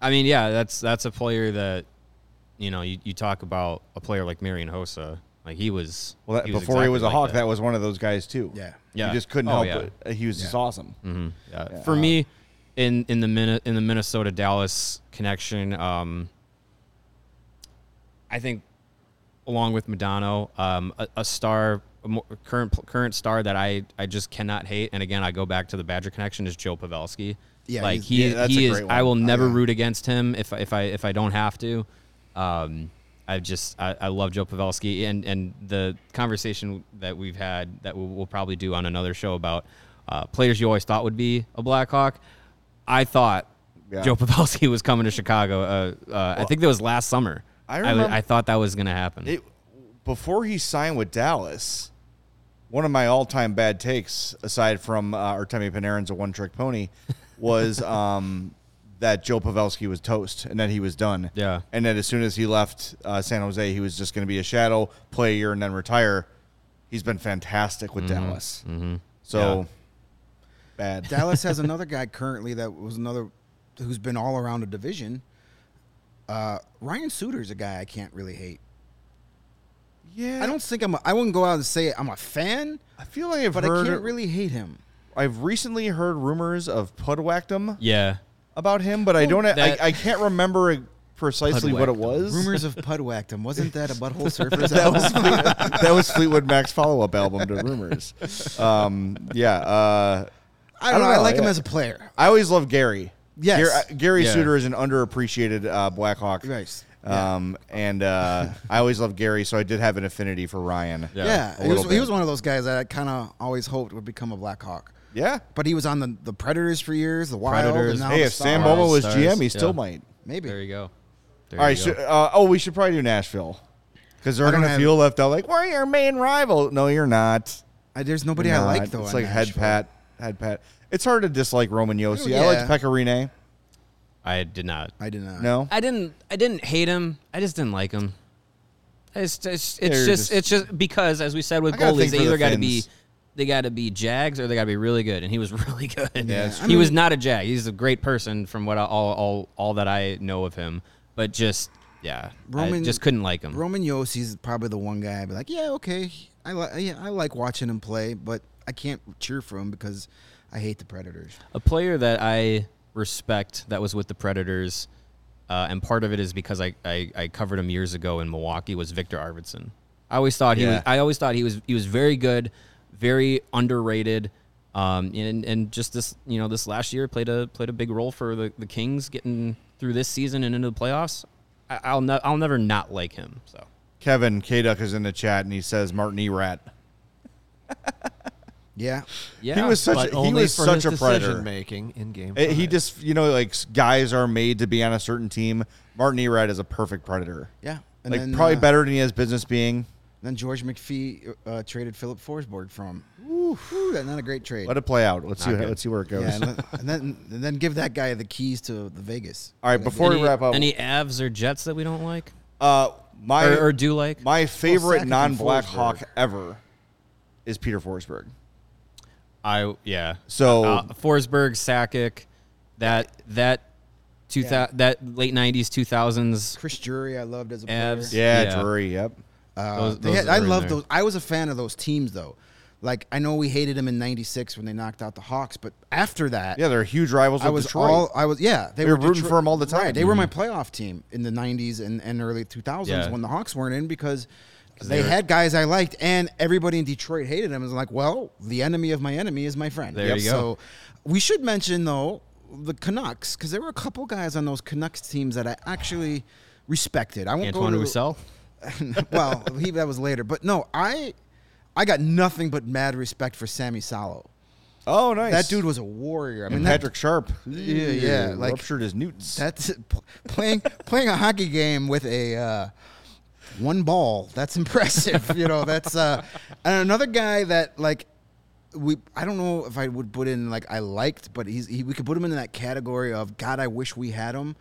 [SPEAKER 2] I mean, yeah, that's that's a player that you know, you, you talk about a player like Marian Hossa. Like he was
[SPEAKER 1] Well, that,
[SPEAKER 2] he was
[SPEAKER 1] before he
[SPEAKER 2] exactly
[SPEAKER 1] was a
[SPEAKER 2] like
[SPEAKER 1] Hawk, that. was one of those guys too.
[SPEAKER 4] Yeah.
[SPEAKER 2] Yeah.
[SPEAKER 1] You just couldn't
[SPEAKER 2] Oh,
[SPEAKER 1] help
[SPEAKER 2] yeah. Mm.
[SPEAKER 1] it. He was just awesome.
[SPEAKER 2] Yeah. For me, in in the Min- in the Minnesota Dallas connection, um, I think along with Madonna, um, a, a star, a mo- current current star that I I just cannot hate. And again, I go back to the Badger connection is Joe Pavelski.
[SPEAKER 4] Yeah,
[SPEAKER 2] like
[SPEAKER 4] he's-
[SPEAKER 2] he
[SPEAKER 1] yeah, that's
[SPEAKER 2] he
[SPEAKER 1] a
[SPEAKER 2] is.
[SPEAKER 1] great
[SPEAKER 2] I
[SPEAKER 1] one.
[SPEAKER 2] will never
[SPEAKER 4] yeah.
[SPEAKER 2] root against him if if I if I don't have to. Um, I just I, I love Joe Pavelski and and the conversation that we've had that we'll, we'll probably do on another show about uh, players you always thought would be a Blackhawk. I thought
[SPEAKER 1] Yeah.
[SPEAKER 2] Joe Pavelski was coming to Chicago. Uh, uh, I think that was last summer.
[SPEAKER 1] I
[SPEAKER 2] w-
[SPEAKER 1] remember-
[SPEAKER 2] I thought that was going to happen.
[SPEAKER 1] It before he signed with Dallas, one of my all-time bad takes, aside from uh, Artemi Panarin's a one-trick pony, was um, that Joe Pavelski was toast and that he was done.
[SPEAKER 2] Yeah.
[SPEAKER 1] and that as soon as he left uh, San Jose, he was just going to be a shadow, play a year, and then retire. He's been fantastic with Dallas. Mm-hmm. So
[SPEAKER 2] Yeah.
[SPEAKER 1] bad.
[SPEAKER 4] Dallas
[SPEAKER 2] [LAUGHS]
[SPEAKER 4] has another guy currently that was another who's been all around a division. Uh, Ryan Suter's a guy I can't really hate.
[SPEAKER 1] yeah,
[SPEAKER 4] I don't think I'm. A, I wouldn't go out and say I'm a fan,
[SPEAKER 1] I feel like I've
[SPEAKER 4] but
[SPEAKER 1] heard.
[SPEAKER 4] I can't really hate him.
[SPEAKER 1] [LAUGHS] I've recently heard rumors of Pudwactum
[SPEAKER 2] yeah,
[SPEAKER 1] about him, but I don't.
[SPEAKER 2] that-
[SPEAKER 1] I, I can't remember e, precisely what it was.
[SPEAKER 4] Rumors of Pudwactum wasn't that a butthole
[SPEAKER 1] [LAUGHS]
[SPEAKER 4] surface?
[SPEAKER 1] that was Fleetwood, that was Fleetwood Mac's follow up album to Rumors. Um, yeah, uh,
[SPEAKER 4] I don't know. I like him
[SPEAKER 1] yeah.
[SPEAKER 4] as a player.
[SPEAKER 1] I always love Gary.
[SPEAKER 4] Yes.
[SPEAKER 1] Gar- Gary
[SPEAKER 2] Yeah.
[SPEAKER 1] Suter is an underappreciated uh, Blackhawk.
[SPEAKER 4] Nice. Yeah.
[SPEAKER 1] Um, and uh, I always loved Gary, so I did have an affinity for Ryan.
[SPEAKER 2] Yeah.
[SPEAKER 4] Yeah,
[SPEAKER 1] a
[SPEAKER 4] he was,
[SPEAKER 1] little
[SPEAKER 4] he
[SPEAKER 1] bit.
[SPEAKER 4] was one of those guys that I kind of always hoped would become a Black Hawk.
[SPEAKER 1] yeah.
[SPEAKER 4] But he was on the, the Predators for years, the Wild. and
[SPEAKER 2] Predators.
[SPEAKER 4] now
[SPEAKER 1] Hey,
[SPEAKER 4] the
[SPEAKER 1] if Sam
[SPEAKER 4] Stars.
[SPEAKER 1] Bobo was
[SPEAKER 2] Stars,
[SPEAKER 1] GM, he
[SPEAKER 2] yeah.
[SPEAKER 1] still might.
[SPEAKER 4] maybe
[SPEAKER 2] there you go. There
[SPEAKER 1] All right.
[SPEAKER 2] you
[SPEAKER 1] So,
[SPEAKER 2] go.
[SPEAKER 1] uh, oh, we should probably do Nashville because they're
[SPEAKER 4] I don't
[SPEAKER 1] gonna
[SPEAKER 4] have-
[SPEAKER 1] feel left out. Like we're your main rival. No, you're not.
[SPEAKER 4] I, there's nobody I
[SPEAKER 1] Nah,
[SPEAKER 4] like though.
[SPEAKER 1] It's
[SPEAKER 4] on
[SPEAKER 1] like head
[SPEAKER 4] Nashville.
[SPEAKER 1] pat, head pat. It's hard to dislike Roman Yossi. I
[SPEAKER 4] Oh, Yeah. Uh,
[SPEAKER 1] liked Pecorine.
[SPEAKER 2] I did not.
[SPEAKER 4] I did not.
[SPEAKER 1] No,
[SPEAKER 2] I didn't. I didn't hate him. I just didn't like him. It's it's, it's
[SPEAKER 1] you're
[SPEAKER 2] just,
[SPEAKER 1] just-
[SPEAKER 2] it's just because as we said with
[SPEAKER 1] I gotta
[SPEAKER 2] goalies,
[SPEAKER 1] think
[SPEAKER 2] they
[SPEAKER 1] for the
[SPEAKER 2] either got to be
[SPEAKER 1] Finns.
[SPEAKER 2] they got to be Jags or they got to be really good, and he was [LAUGHS] really good.
[SPEAKER 1] Yeah, it's
[SPEAKER 2] he was not a Jag. He's a great person from what I, all all all that I know of him, but just yeah, I
[SPEAKER 4] Roman-
[SPEAKER 2] just couldn't like him.
[SPEAKER 4] Roman Yossi's probably the one guy I'd be like, yeah, okay, I like, yeah, I like watching him play, but I can't cheer for him because I hate the Predators.
[SPEAKER 2] a player that I respect that was with the Predators, uh, and part of it is because I, I, I covered him years ago in Milwaukee was Victor Arvidsson. I always thought he was,
[SPEAKER 1] Yeah.
[SPEAKER 2] I always thought he was he was very good, very underrated. Um, and and just this you know this last year played a played a big role for the, the Kings getting through this season and into the playoffs. I, I'll ne- I'll never not like him. So
[SPEAKER 1] Kevin K Duck is in the chat and he says Martin Erat.
[SPEAKER 4] Yeah,
[SPEAKER 2] yeah,
[SPEAKER 1] he was such
[SPEAKER 3] but
[SPEAKER 1] a, he
[SPEAKER 3] only
[SPEAKER 1] was
[SPEAKER 3] for
[SPEAKER 1] such
[SPEAKER 3] his
[SPEAKER 1] a predator.
[SPEAKER 3] decision making in game.
[SPEAKER 1] It- Eh, he
[SPEAKER 3] five.
[SPEAKER 1] just you know like guys are made to be on a certain team. Martin Erat is a perfect predator.
[SPEAKER 4] yeah.
[SPEAKER 1] like probably
[SPEAKER 4] uh,
[SPEAKER 1] better than he has business being.
[SPEAKER 4] Then George McPhee uh, traded Philip Forsberg from. that's not a great trade.
[SPEAKER 1] Let it play out. Let's see.
[SPEAKER 2] Not
[SPEAKER 1] How,
[SPEAKER 2] good.
[SPEAKER 1] let's see where it goes. [LAUGHS]
[SPEAKER 4] Yeah, and, let- and then and then give that guy the keys to the Vegas.
[SPEAKER 1] All right, before
[SPEAKER 2] any,
[SPEAKER 1] we wrap up,
[SPEAKER 2] Any Avs or Jets that we don't like
[SPEAKER 1] uh, my
[SPEAKER 2] or, or do like?
[SPEAKER 1] my favorite
[SPEAKER 4] Sakic and
[SPEAKER 1] non-Black
[SPEAKER 4] Forsberg.
[SPEAKER 1] Hawk ever is Peter Forsberg.
[SPEAKER 2] I yeah.
[SPEAKER 1] So-
[SPEAKER 2] uh, Forsberg, Sakic, that that two
[SPEAKER 4] Yeah.
[SPEAKER 2] thousand that late nineties two thousands.
[SPEAKER 4] Chris Drury, I loved as a player.
[SPEAKER 2] Avs.
[SPEAKER 1] Yeah,
[SPEAKER 2] Yeah.
[SPEAKER 1] Drury. Yep.
[SPEAKER 4] Uh,
[SPEAKER 2] Those-
[SPEAKER 4] they
[SPEAKER 2] those
[SPEAKER 4] had-
[SPEAKER 2] are
[SPEAKER 4] I
[SPEAKER 2] in
[SPEAKER 4] love
[SPEAKER 2] there.
[SPEAKER 4] those. I was a fan of those teams though. Like I know we hated them in '96 when they knocked out the Hawks, but after that,
[SPEAKER 1] Yeah, they're huge rivals
[SPEAKER 4] I
[SPEAKER 1] with
[SPEAKER 4] was
[SPEAKER 1] Detroit.
[SPEAKER 4] all I was. Yeah, they
[SPEAKER 1] We were rooting for 'em all the
[SPEAKER 4] Right,
[SPEAKER 1] time. Mm-hmm.
[SPEAKER 4] they were my playoff team in the '90s and, and early 2000s
[SPEAKER 2] Yeah.
[SPEAKER 4] when the Hawks weren't in because they,
[SPEAKER 2] they were-
[SPEAKER 4] had guys I liked, and everybody in Detroit hated them. It's like, well, the enemy of my enemy is my friend.
[SPEAKER 2] There you go.
[SPEAKER 4] So we should mention though the Canucks because there were a couple guys on those Canucks teams that I actually respected. I won't [LAUGHS]
[SPEAKER 2] Antoine
[SPEAKER 4] go to
[SPEAKER 2] Roussel.
[SPEAKER 4] well, he, that was later, but no, I. I got nothing but mad respect for Sammy Salo.
[SPEAKER 1] Oh, nice.
[SPEAKER 4] That dude was a warrior. I mean,
[SPEAKER 1] and
[SPEAKER 4] that,
[SPEAKER 1] Patrick Sharp.
[SPEAKER 4] Yeah, yeah,
[SPEAKER 1] Ew,
[SPEAKER 4] like-
[SPEAKER 1] ruptured his newts.
[SPEAKER 4] That's pl- playing playing a hockey game with a uh, one ball. That's [LAUGHS] impressive. you know, that's uh, and another guy that like we I don't know if I would put in like I liked, but he's he, we could put him in that category of God. I wish we had him.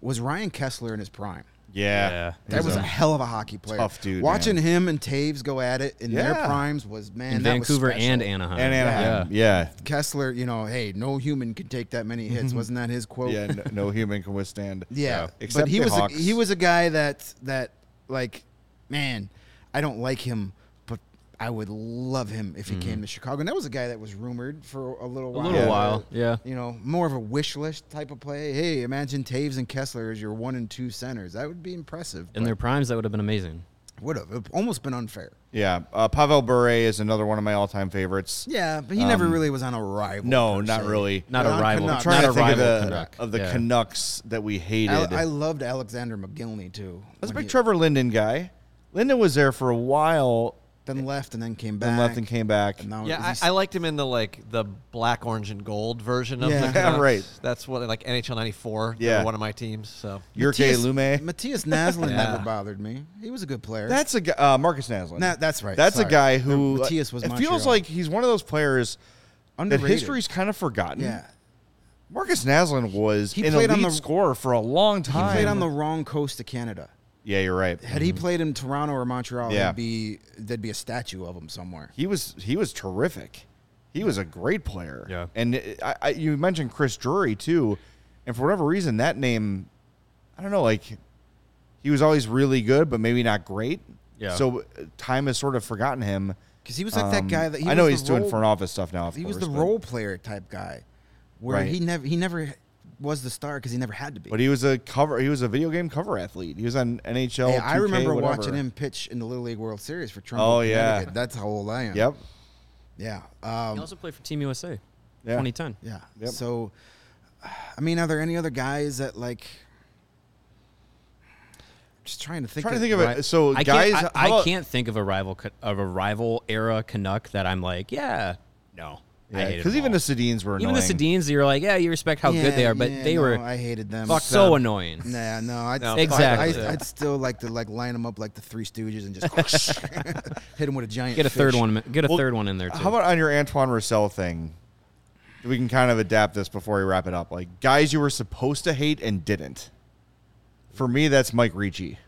[SPEAKER 4] Was Ryan Kessler in his prime?
[SPEAKER 1] yeah.
[SPEAKER 2] Yeah.
[SPEAKER 4] That
[SPEAKER 1] He's
[SPEAKER 4] was
[SPEAKER 1] a-
[SPEAKER 4] a hell of a hockey player.
[SPEAKER 1] Tough dude,
[SPEAKER 4] Watching
[SPEAKER 1] man.
[SPEAKER 4] him and Taves go at it in their
[SPEAKER 1] Yeah.
[SPEAKER 4] primes was man.
[SPEAKER 2] in
[SPEAKER 4] that was
[SPEAKER 2] Vancouver
[SPEAKER 4] special.
[SPEAKER 2] and Anaheim.
[SPEAKER 1] and Anaheim. Yeah.
[SPEAKER 4] Kessler, you know, hey, no human can take that many
[SPEAKER 2] Mm-hmm.
[SPEAKER 4] hits. Wasn't that his quote?
[SPEAKER 1] Yeah, no, no human can withstand.
[SPEAKER 4] Oh. [LAUGHS] Yeah,
[SPEAKER 1] Except
[SPEAKER 4] but he
[SPEAKER 1] the
[SPEAKER 4] was
[SPEAKER 1] Hawks.
[SPEAKER 4] A, he was a guy that that like man, I don't like him, but I would love him if he
[SPEAKER 1] Mm-hmm.
[SPEAKER 4] came to Chicago. And that was a guy that was rumored for a little
[SPEAKER 2] A
[SPEAKER 4] while.
[SPEAKER 2] little
[SPEAKER 1] Yeah.
[SPEAKER 2] while. Yeah.
[SPEAKER 4] You know, more of a wish list type of play. Hey, imagine Taves and Kessler as your one and two centers. That would be impressive.
[SPEAKER 2] In their primes, that would have been amazing.
[SPEAKER 4] Would have almost been unfair.
[SPEAKER 1] Yeah, uh, Pavel Bure is another one of my all-time favorites.
[SPEAKER 4] Yeah, but he never really was on a rival.
[SPEAKER 1] Um, No,
[SPEAKER 4] per
[SPEAKER 1] not
[SPEAKER 4] se.
[SPEAKER 1] really.
[SPEAKER 2] Not
[SPEAKER 4] Not
[SPEAKER 2] a rival.
[SPEAKER 4] Canuck.
[SPEAKER 1] trying
[SPEAKER 2] Not
[SPEAKER 1] to
[SPEAKER 2] a
[SPEAKER 1] think of
[SPEAKER 2] rival
[SPEAKER 1] the
[SPEAKER 2] Canuck.
[SPEAKER 1] of the
[SPEAKER 2] Yeah.
[SPEAKER 1] Canucks that we hated.
[SPEAKER 4] Ale- I loved Alexander McGillney too.
[SPEAKER 1] I was a big
[SPEAKER 4] when he
[SPEAKER 1] Trevor Linden guy. Linden was there for a while,
[SPEAKER 4] Then left and then came back.
[SPEAKER 1] then left and came back.
[SPEAKER 4] And now
[SPEAKER 3] Yeah,
[SPEAKER 4] he's-
[SPEAKER 3] I, I liked him in the like the black, orange, and gold version of
[SPEAKER 4] Yeah.
[SPEAKER 3] the
[SPEAKER 4] Yeah,
[SPEAKER 3] Canucks.
[SPEAKER 1] right.
[SPEAKER 3] That's what like NHL '94.
[SPEAKER 1] Yeah. Oh,
[SPEAKER 3] Yeah, one of my teams. So
[SPEAKER 1] Yurke
[SPEAKER 4] Matthias-
[SPEAKER 1] Lume.
[SPEAKER 4] Matthias Naslin
[SPEAKER 3] Yeah.
[SPEAKER 4] never bothered me. He was a good player.
[SPEAKER 1] That's a guy, uh, Marcus Naslin.
[SPEAKER 4] Na- that's right,
[SPEAKER 1] That's a
[SPEAKER 4] sorry.
[SPEAKER 1] guy who uh,
[SPEAKER 4] No, Matias was
[SPEAKER 1] It feels
[SPEAKER 4] Montreal.
[SPEAKER 1] like he's one of those players
[SPEAKER 4] Underrated.
[SPEAKER 1] that history's kind of forgotten.
[SPEAKER 4] yeah.
[SPEAKER 1] Marcus Naslin was
[SPEAKER 4] He
[SPEAKER 1] an
[SPEAKER 4] played
[SPEAKER 1] elite
[SPEAKER 4] on the-
[SPEAKER 1] scorer for a long
[SPEAKER 4] He
[SPEAKER 1] time.
[SPEAKER 4] played on the wrong coast of Canada.
[SPEAKER 1] yeah, you're right.
[SPEAKER 4] Had he played in Toronto or Montreal,
[SPEAKER 1] Yeah.
[SPEAKER 4] there'd be there'd be a statue of him somewhere.
[SPEAKER 1] he was he was terrific. He was a great player.
[SPEAKER 2] Yeah.
[SPEAKER 1] And it- I, I, you mentioned Chris Drury too, and for whatever reason that name, I don't know, like he was always really good, but maybe not great.
[SPEAKER 2] Yeah.
[SPEAKER 1] So uh, time has sort of forgotten him.
[SPEAKER 4] Because he was like that
[SPEAKER 1] Um,
[SPEAKER 4] guy that he
[SPEAKER 1] I
[SPEAKER 4] was
[SPEAKER 1] know
[SPEAKER 4] the
[SPEAKER 1] he's doing
[SPEAKER 4] role-
[SPEAKER 1] front office stuff now. Of
[SPEAKER 4] He was
[SPEAKER 1] course,
[SPEAKER 4] the
[SPEAKER 1] but-
[SPEAKER 4] role player type guy, where
[SPEAKER 1] Right.
[SPEAKER 4] he never he never was the star because he never had to be.
[SPEAKER 1] But he was a cover. He was a video game cover athlete. He was on NHL.
[SPEAKER 4] Hey, I
[SPEAKER 1] 2K,
[SPEAKER 4] remember
[SPEAKER 1] whatever.
[SPEAKER 4] watching him pitch in the Little League World Series for Toronto.
[SPEAKER 1] Oh, yeah.
[SPEAKER 4] Connecticut. that's how old I am.
[SPEAKER 1] Yep.
[SPEAKER 4] Yeah.
[SPEAKER 2] He
[SPEAKER 4] Um,
[SPEAKER 2] also played for Team USA,
[SPEAKER 1] Yeah.
[SPEAKER 2] 2010.
[SPEAKER 4] Yeah.
[SPEAKER 1] Yep.
[SPEAKER 4] So, I mean, are there any other guys that like? Just trying to think.
[SPEAKER 1] Trying to
[SPEAKER 4] of,
[SPEAKER 1] think of it. So
[SPEAKER 2] I
[SPEAKER 1] guys,
[SPEAKER 2] can't,
[SPEAKER 1] how
[SPEAKER 2] I, I
[SPEAKER 1] about-
[SPEAKER 2] can't think of a rival Ca- of a rival era Canuck that I'm like, yeah, no,
[SPEAKER 1] Yeah,
[SPEAKER 2] I hated
[SPEAKER 1] because
[SPEAKER 2] them
[SPEAKER 1] even the
[SPEAKER 2] all.
[SPEAKER 1] Sedines were
[SPEAKER 2] even
[SPEAKER 1] annoying.
[SPEAKER 2] the Sedins, you're like, yeah, you respect how good they
[SPEAKER 4] Yeah,
[SPEAKER 2] are, but
[SPEAKER 4] yeah,
[SPEAKER 2] they
[SPEAKER 4] no,
[SPEAKER 2] were
[SPEAKER 4] I hated them.
[SPEAKER 2] so
[SPEAKER 3] them.
[SPEAKER 2] annoying.
[SPEAKER 4] Nah, no, I'd,
[SPEAKER 3] No,
[SPEAKER 4] I'd-
[SPEAKER 2] Exactly.
[SPEAKER 4] I'd, I'd still like to like line them up like the Three Stooges
[SPEAKER 2] [LAUGHS]
[SPEAKER 4] and just [LAUGHS] hit them with a giant.
[SPEAKER 2] Get a third
[SPEAKER 4] fish.
[SPEAKER 2] one. Get a
[SPEAKER 1] Well,
[SPEAKER 2] third one in there too.
[SPEAKER 1] How about on your Antoine Roussel thing? We can kind of adapt this before we wrap it up. Like guys you were supposed to hate and didn't. For me, that's Mike Ricci.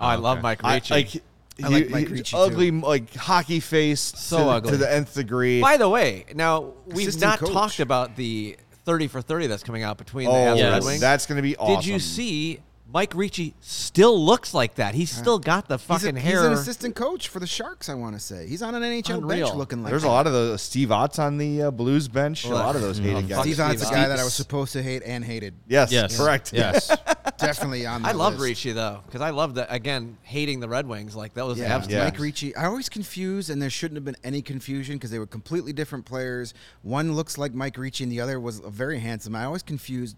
[SPEAKER 3] oh, I love Mike
[SPEAKER 1] I-
[SPEAKER 3] Ricci.
[SPEAKER 1] like,
[SPEAKER 4] I like
[SPEAKER 1] he-
[SPEAKER 4] Mike
[SPEAKER 1] he-
[SPEAKER 4] Ricci,
[SPEAKER 1] ugly, like hockey face,
[SPEAKER 3] So
[SPEAKER 1] to, the-
[SPEAKER 3] ugly.
[SPEAKER 1] to the nth degree.
[SPEAKER 3] By the way, now we've
[SPEAKER 4] Assistant
[SPEAKER 3] not
[SPEAKER 4] coach.
[SPEAKER 3] talked about the 30 for 30 that's coming out between the
[SPEAKER 1] oh,
[SPEAKER 3] Avs and Red
[SPEAKER 2] Yes.
[SPEAKER 3] Wings.
[SPEAKER 1] that's going to be awesome.
[SPEAKER 3] Did you see Mike Ricci still looks like that? He's still got the
[SPEAKER 4] He's, a-
[SPEAKER 3] fucking
[SPEAKER 4] he's
[SPEAKER 3] hair.
[SPEAKER 4] an assistant coach for the Sharks. I want to say he's on an NHL bench
[SPEAKER 3] Unreal.
[SPEAKER 4] looking like.
[SPEAKER 1] There's a
[SPEAKER 4] that.
[SPEAKER 1] lot of the Steve Otts on the uh, Blues
[SPEAKER 2] Oh,
[SPEAKER 1] bench. a lot of those hated guys.
[SPEAKER 3] fuck.
[SPEAKER 4] Steve Ott's a
[SPEAKER 3] Steve
[SPEAKER 4] guy
[SPEAKER 3] Ott.
[SPEAKER 4] that I was supposed to hate and hated.
[SPEAKER 1] Yes,
[SPEAKER 2] Yes.
[SPEAKER 1] correct.
[SPEAKER 2] Yes.
[SPEAKER 4] Definitely on.
[SPEAKER 3] I
[SPEAKER 4] that
[SPEAKER 3] love
[SPEAKER 4] list.
[SPEAKER 3] Ricci though, because I love that again. Hating the Red Wings like that was
[SPEAKER 4] Yeah,
[SPEAKER 3] Avs
[SPEAKER 1] Yeah.
[SPEAKER 3] team.
[SPEAKER 4] Mike Ricci. I always confuse, and there shouldn't have been any confusion because they were completely different players. One looks like Mike Ricci, and the other was very handsome. I always confused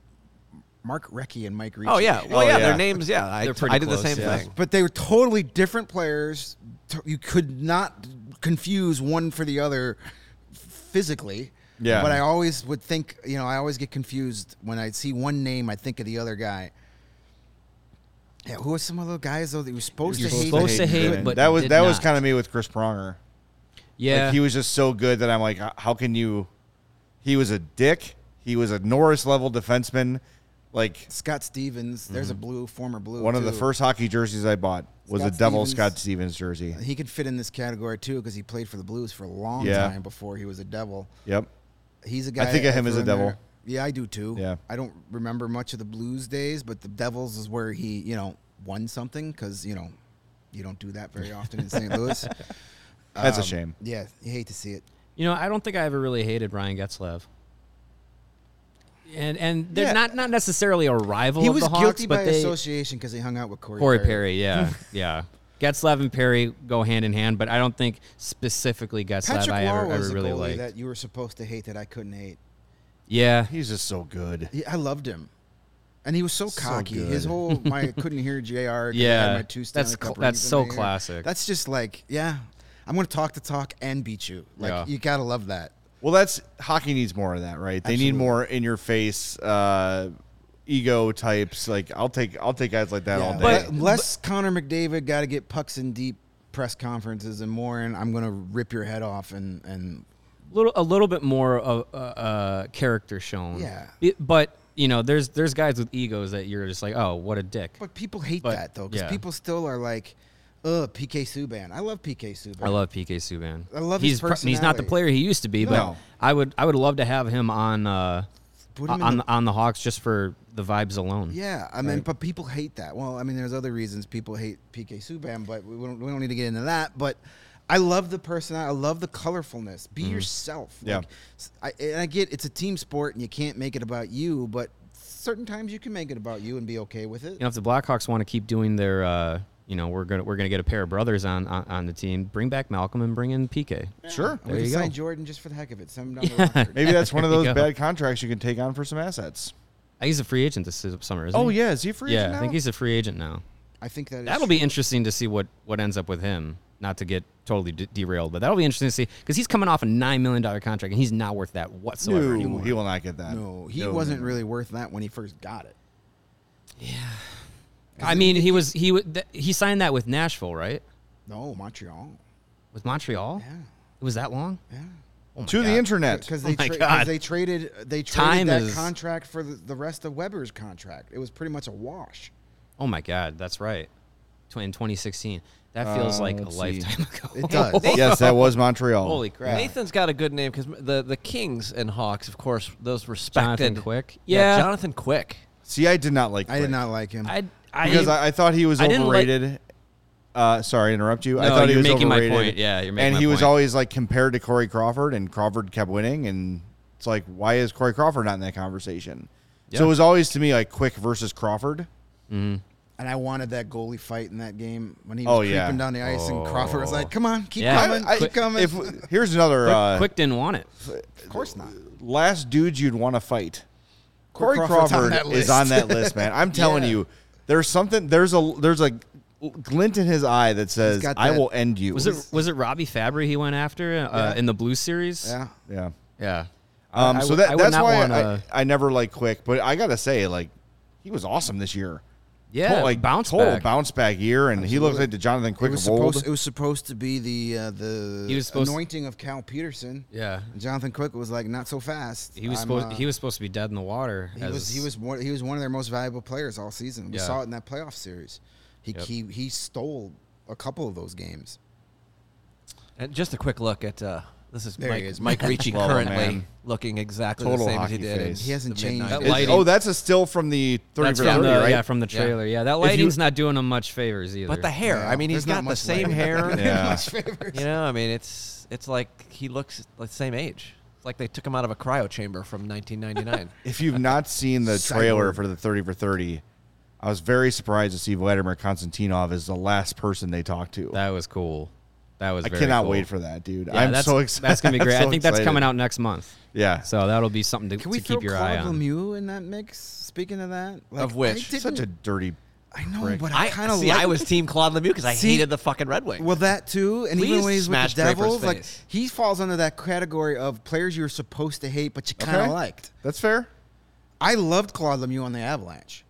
[SPEAKER 4] Mark Recchi and Mike Ricci.
[SPEAKER 3] Oh yeah, well
[SPEAKER 1] Oh, yeah.
[SPEAKER 3] yeah, their names. Yeah, I,
[SPEAKER 2] They're pretty
[SPEAKER 3] I did the
[SPEAKER 2] close,
[SPEAKER 3] same
[SPEAKER 2] yeah.
[SPEAKER 3] thing.
[SPEAKER 4] but they were totally different players. T- You could not confuse one for the other physically.
[SPEAKER 1] Yeah.
[SPEAKER 4] But I always would think, you know, I always get confused when I see one name, I think of the other guy. Yeah, who are some of the guys though that you were supposed
[SPEAKER 2] You're
[SPEAKER 4] to hate?
[SPEAKER 2] supposed to
[SPEAKER 4] and
[SPEAKER 2] hate,
[SPEAKER 4] couldn't?
[SPEAKER 2] but
[SPEAKER 1] that was
[SPEAKER 2] did
[SPEAKER 1] that was
[SPEAKER 2] not.
[SPEAKER 1] kind of me with Chris Pronger.
[SPEAKER 2] yeah,
[SPEAKER 1] Like, he was just so good that I'm like, "H- how can you? He was a dick. He was a Norris level defenseman. Like
[SPEAKER 4] Scott Stevens, there's a blue former blue.
[SPEAKER 1] Mm-hmm. one of the
[SPEAKER 4] too.
[SPEAKER 1] first hockey jerseys I bought was
[SPEAKER 4] Scott
[SPEAKER 1] a double
[SPEAKER 4] Stevens.
[SPEAKER 1] Scott Stevens jersey.
[SPEAKER 2] Uh,
[SPEAKER 4] He could fit in this category too because he played for the Blues for a long
[SPEAKER 1] Yeah.
[SPEAKER 4] time before he was a Devil.
[SPEAKER 1] Yep.
[SPEAKER 4] He's a guy.
[SPEAKER 1] think of him
[SPEAKER 4] I
[SPEAKER 1] as a
[SPEAKER 4] threw in
[SPEAKER 1] Devil.
[SPEAKER 4] there. Yeah, I do too.
[SPEAKER 1] Yeah.
[SPEAKER 4] I don't remember much of the Blues days, but the Devils is where he, you know, won something because you know, you don't do that very often in St.
[SPEAKER 1] [LAUGHS]
[SPEAKER 4] Louis.
[SPEAKER 1] That's a
[SPEAKER 4] Um,
[SPEAKER 1] shame.
[SPEAKER 4] Yeah, you hate to see it.
[SPEAKER 2] You know, I don't think I ever really hated Ryan Getzlav. And and they're
[SPEAKER 1] Yeah.
[SPEAKER 2] not not necessarily a rival.
[SPEAKER 4] He
[SPEAKER 2] of
[SPEAKER 4] was
[SPEAKER 2] the Hawks,
[SPEAKER 4] guilty
[SPEAKER 2] but
[SPEAKER 4] by
[SPEAKER 2] they,
[SPEAKER 4] association because he hung out with Corey,
[SPEAKER 2] Corey Perry.
[SPEAKER 4] [LAUGHS]
[SPEAKER 2] Yeah, yeah. Getzlav and Perry go hand in hand, but I don't think specifically Getzlav
[SPEAKER 4] Patrick
[SPEAKER 2] I
[SPEAKER 4] Law
[SPEAKER 2] ever, ever
[SPEAKER 4] was a
[SPEAKER 2] really
[SPEAKER 4] goalie
[SPEAKER 2] liked.
[SPEAKER 4] that you were supposed to hate that I couldn't hate.
[SPEAKER 2] yeah,
[SPEAKER 1] He's just so good.
[SPEAKER 4] He, I loved him. And he was so, cocky. His
[SPEAKER 1] good.
[SPEAKER 4] whole
[SPEAKER 1] [LAUGHS]
[SPEAKER 4] my I couldn't hear Jr. 'cause I had
[SPEAKER 2] Yeah.
[SPEAKER 4] my two
[SPEAKER 2] That's
[SPEAKER 4] Stanley
[SPEAKER 2] cl-
[SPEAKER 4] Cup
[SPEAKER 2] that's
[SPEAKER 4] rings in
[SPEAKER 2] so
[SPEAKER 4] my ear.
[SPEAKER 2] classic.
[SPEAKER 4] That's just like yeah. I'm going to talk the talk and beat you. Like
[SPEAKER 2] Yeah.
[SPEAKER 4] you gotta love that.
[SPEAKER 1] Well, that's hockey needs more of that, right? They need
[SPEAKER 4] Absolutely.
[SPEAKER 1] more in your face uh, ego types. Like I'll take I'll take guys like that all day.
[SPEAKER 4] But less Connor McDavid got to get pucks in deep press conferences and more. And I'm going to rip your head off and and
[SPEAKER 2] little a little bit more of uh, uh, character shown.
[SPEAKER 4] Yeah.
[SPEAKER 2] It- but you know, there's there's guys with egos that you're just like, oh, what a dick.
[SPEAKER 4] But people hate
[SPEAKER 2] But,
[SPEAKER 4] that though, because
[SPEAKER 2] yeah.
[SPEAKER 4] people still are like, "Ugh, PK Subban." I love PK Subban.
[SPEAKER 2] I love PK Subban.
[SPEAKER 4] I love
[SPEAKER 2] he's
[SPEAKER 4] his
[SPEAKER 2] pro- he's not the
[SPEAKER 4] personality.
[SPEAKER 2] player he used to be, but
[SPEAKER 1] No.
[SPEAKER 2] I would I would love to have him on uh,
[SPEAKER 4] Put him in
[SPEAKER 2] on
[SPEAKER 4] the-
[SPEAKER 2] the, on the Hawks just for the vibes alone.
[SPEAKER 4] Yeah, I mean, but people hate that. Well, I mean, there's other reasons people hate PK Subban, but we don't, we don't need to get into that. But I love the personality. I love the colorfulness.
[SPEAKER 2] Mm-hmm.
[SPEAKER 4] Be yourself.
[SPEAKER 1] Yeah.
[SPEAKER 4] Like, s- I, and I get it's a team sport, and you can't make it about you, but certain times you can make it about you and be okay with it.
[SPEAKER 2] You know, if the Blackhawks want to keep doing their, uh, you know, we're gonna we're gonna get a pair of brothers on, on on the team. Bring back Malcolm and bring in PK.
[SPEAKER 1] sure,
[SPEAKER 4] And we
[SPEAKER 2] There
[SPEAKER 4] can
[SPEAKER 2] you go.
[SPEAKER 4] sign Jordan just for the heck of it. Send him down the roster.
[SPEAKER 1] maybe that's one of
[SPEAKER 4] [LAUGHS]
[SPEAKER 2] There you
[SPEAKER 1] those
[SPEAKER 2] go.
[SPEAKER 1] bad contracts you can take on for some assets.
[SPEAKER 2] Uh, He's a free agent this is- summer, isn't
[SPEAKER 1] Oh
[SPEAKER 2] he?
[SPEAKER 1] yeah, is he a free?
[SPEAKER 2] yeah.
[SPEAKER 1] agent
[SPEAKER 2] I think
[SPEAKER 1] now?
[SPEAKER 2] he's a free agent now.
[SPEAKER 4] I think that is
[SPEAKER 2] That'll be interesting to see what what ends up with him. Not to get totally d- derailed, but that'll be interesting to see because he's coming off a nine million dollar contract and he's not worth that whatsoever.
[SPEAKER 1] No,
[SPEAKER 2] anymore.
[SPEAKER 1] he will not get that.
[SPEAKER 4] No, he
[SPEAKER 1] No,
[SPEAKER 4] wasn't
[SPEAKER 1] no, no.
[SPEAKER 4] really worth that when he first got it.
[SPEAKER 2] I mean, he was he wa- th- he signed that with Nashville, right?
[SPEAKER 4] No, Montreal.
[SPEAKER 2] With Montreal?
[SPEAKER 4] Yeah,
[SPEAKER 2] It was that long?
[SPEAKER 4] yeah.
[SPEAKER 1] to the internet.
[SPEAKER 4] Because they,
[SPEAKER 2] my
[SPEAKER 4] tra- Oh [LAUGHS] 'cause
[SPEAKER 2] God.
[SPEAKER 4] they traded they traded
[SPEAKER 2] Time
[SPEAKER 4] that
[SPEAKER 2] is-
[SPEAKER 4] contract for the, the rest of Weber's contract. It was pretty much a wash.
[SPEAKER 2] Oh my God, that's right. Tw- In 2016. That feels
[SPEAKER 1] Uh,
[SPEAKER 2] like a
[SPEAKER 1] let's see.
[SPEAKER 2] lifetime ago. [LAUGHS]
[SPEAKER 4] It does.
[SPEAKER 1] yes, that was Montreal.
[SPEAKER 2] Holy crap.
[SPEAKER 3] Nathan's got a good name because the the Kings and Hawks, of course, those respected.
[SPEAKER 2] Jonathan Quick.
[SPEAKER 3] Yeah,
[SPEAKER 2] Yeah.
[SPEAKER 3] Jonathan Quick.
[SPEAKER 1] See, I did not like.
[SPEAKER 4] I did
[SPEAKER 1] Blake.
[SPEAKER 4] not like him.
[SPEAKER 2] I, I,
[SPEAKER 1] because I, I thought he was
[SPEAKER 2] I didn't like-
[SPEAKER 1] overrated. uh, sorry, to interrupt you. I
[SPEAKER 2] No,
[SPEAKER 1] thought he
[SPEAKER 2] you're
[SPEAKER 1] was
[SPEAKER 2] making my
[SPEAKER 1] overrated.
[SPEAKER 2] point. Yeah, you're making
[SPEAKER 1] And
[SPEAKER 2] my
[SPEAKER 1] he was
[SPEAKER 2] point.
[SPEAKER 1] always like compared to Corey Crawford, and Crawford kept winning. And it's like, why is Corey Crawford not in that conversation? So
[SPEAKER 2] Yeah.
[SPEAKER 1] it was always to me like Quick versus Crawford.
[SPEAKER 4] and I wanted that goalie fight in that game when he was
[SPEAKER 1] Oh,
[SPEAKER 4] creeping
[SPEAKER 1] yeah. Oh.
[SPEAKER 4] down the ice and Crawford was like, "Come on, keep
[SPEAKER 2] Yeah.
[SPEAKER 4] coming,
[SPEAKER 1] I-
[SPEAKER 4] keep coming."
[SPEAKER 1] If, here's another uh,
[SPEAKER 2] Quick didn't want it.
[SPEAKER 4] of course not.
[SPEAKER 1] last dudes you'd want to fight. Corey
[SPEAKER 4] Crawford's on
[SPEAKER 1] Crawford
[SPEAKER 4] that
[SPEAKER 1] is
[SPEAKER 4] list.
[SPEAKER 1] on that list, man.
[SPEAKER 4] [LAUGHS]
[SPEAKER 1] I'm telling
[SPEAKER 4] Yeah.
[SPEAKER 1] you, there's something. There's a there's a glint in his eye that says,
[SPEAKER 4] got
[SPEAKER 1] "I
[SPEAKER 4] that-
[SPEAKER 1] will end you."
[SPEAKER 2] Was it was it Robbie Fabry he went after uh, in the Blue Series?
[SPEAKER 4] Yeah,
[SPEAKER 1] Yeah.
[SPEAKER 2] Yeah.
[SPEAKER 1] Um,
[SPEAKER 2] I- I
[SPEAKER 1] so
[SPEAKER 2] would- I
[SPEAKER 1] that,
[SPEAKER 2] would
[SPEAKER 1] that's
[SPEAKER 2] not
[SPEAKER 1] why
[SPEAKER 2] wanna-
[SPEAKER 1] I, I never like quick, but I gotta say, like, he was awesome this year.
[SPEAKER 2] Yeah,
[SPEAKER 1] Total, like
[SPEAKER 2] bounce
[SPEAKER 1] total
[SPEAKER 2] back.
[SPEAKER 1] bounce back year, and he looked like the Jonathan
[SPEAKER 4] it
[SPEAKER 1] Quick
[SPEAKER 4] was
[SPEAKER 1] of old.
[SPEAKER 4] supposed it was supposed to be the uh, the
[SPEAKER 2] He was supposed-
[SPEAKER 4] anointing of Cal Peterson.
[SPEAKER 2] Yeah.
[SPEAKER 4] And Jonathan Quick was like, "Not so fast."
[SPEAKER 2] He was
[SPEAKER 4] I'm,
[SPEAKER 2] supposed
[SPEAKER 4] uh,
[SPEAKER 2] he was supposed to be dead in the water.
[SPEAKER 4] He was he was one, he was one of their most valuable players all season. We
[SPEAKER 2] Yeah.
[SPEAKER 4] saw it in that playoff series. He he he stole a couple of those games. [LAUGHS]
[SPEAKER 3] And just a quick look at uh, this is
[SPEAKER 4] There
[SPEAKER 3] Mike,
[SPEAKER 4] he is. [LAUGHS]
[SPEAKER 3] Mike Ricci
[SPEAKER 1] Well,
[SPEAKER 3] currently
[SPEAKER 1] man.
[SPEAKER 3] looking exactly the
[SPEAKER 1] Total
[SPEAKER 3] same as he
[SPEAKER 1] hockey
[SPEAKER 3] did. in
[SPEAKER 1] face.
[SPEAKER 4] He hasn't
[SPEAKER 3] the
[SPEAKER 4] changed.
[SPEAKER 3] mid-nineties.
[SPEAKER 2] That
[SPEAKER 1] It's-
[SPEAKER 2] lighting-
[SPEAKER 1] oh, that's a still from the thirty
[SPEAKER 2] That's
[SPEAKER 1] for
[SPEAKER 2] from
[SPEAKER 1] 30,
[SPEAKER 2] the,
[SPEAKER 1] right?
[SPEAKER 2] yeah, from the
[SPEAKER 3] Yeah.
[SPEAKER 2] trailer. Yeah, that
[SPEAKER 1] If you-
[SPEAKER 2] lighting's not doing him much favors either.
[SPEAKER 3] But the hair.
[SPEAKER 4] Yeah,
[SPEAKER 3] I mean, he's
[SPEAKER 4] there's not
[SPEAKER 3] got the
[SPEAKER 4] much
[SPEAKER 3] same
[SPEAKER 4] lighting. [LAUGHS]
[SPEAKER 3] hair.
[SPEAKER 1] Yeah.
[SPEAKER 2] [LAUGHS]
[SPEAKER 4] Much favors.
[SPEAKER 3] You know, I mean, it's it's like he looks the same age. It's like they took him out of a cryo chamber from 1999.
[SPEAKER 1] if you've not seen the
[SPEAKER 4] Cyborg.
[SPEAKER 1] trailer for the thirty for thirty, I was very surprised to see Vladimir Konstantinov as the last person they talked to.
[SPEAKER 2] that was cool. That was.
[SPEAKER 1] I
[SPEAKER 2] very
[SPEAKER 1] cannot
[SPEAKER 2] cool.
[SPEAKER 1] wait for that, dude.
[SPEAKER 2] Yeah,
[SPEAKER 1] I'm
[SPEAKER 2] that's,
[SPEAKER 1] so excited.
[SPEAKER 2] That's gonna
[SPEAKER 1] [LAUGHS]
[SPEAKER 2] be
[SPEAKER 1] I'm
[SPEAKER 2] great.
[SPEAKER 1] so
[SPEAKER 2] I think that's
[SPEAKER 1] excited.
[SPEAKER 2] coming out next month.
[SPEAKER 1] Yeah.
[SPEAKER 2] So that'll be something to,
[SPEAKER 4] Can we
[SPEAKER 2] to
[SPEAKER 4] throw
[SPEAKER 2] keep your
[SPEAKER 4] Claude
[SPEAKER 2] eye on.
[SPEAKER 4] Lemieux in that mix? Speaking of that, like,
[SPEAKER 3] Of which?
[SPEAKER 4] I
[SPEAKER 1] Such a
[SPEAKER 4] didn't-
[SPEAKER 1] dirty.
[SPEAKER 4] I know,
[SPEAKER 1] prick.
[SPEAKER 4] but [LAUGHS] I
[SPEAKER 3] I
[SPEAKER 4] kind of
[SPEAKER 3] see.
[SPEAKER 4] like,
[SPEAKER 3] I was Team Claude Lemieux because I
[SPEAKER 4] See-
[SPEAKER 3] hated the fucking Red Wings.
[SPEAKER 4] well that too, and even
[SPEAKER 3] Please
[SPEAKER 4] when he's
[SPEAKER 3] smash
[SPEAKER 4] with the
[SPEAKER 3] Draper's
[SPEAKER 4] Devils, like
[SPEAKER 3] face.
[SPEAKER 4] he falls under that category of players you were supposed to hate, but you kind of
[SPEAKER 1] Okay.
[SPEAKER 4] liked.
[SPEAKER 1] That's
[SPEAKER 4] [LAUGHS]
[SPEAKER 1] fair.
[SPEAKER 4] I loved Claude Lemieux on the Avalanche.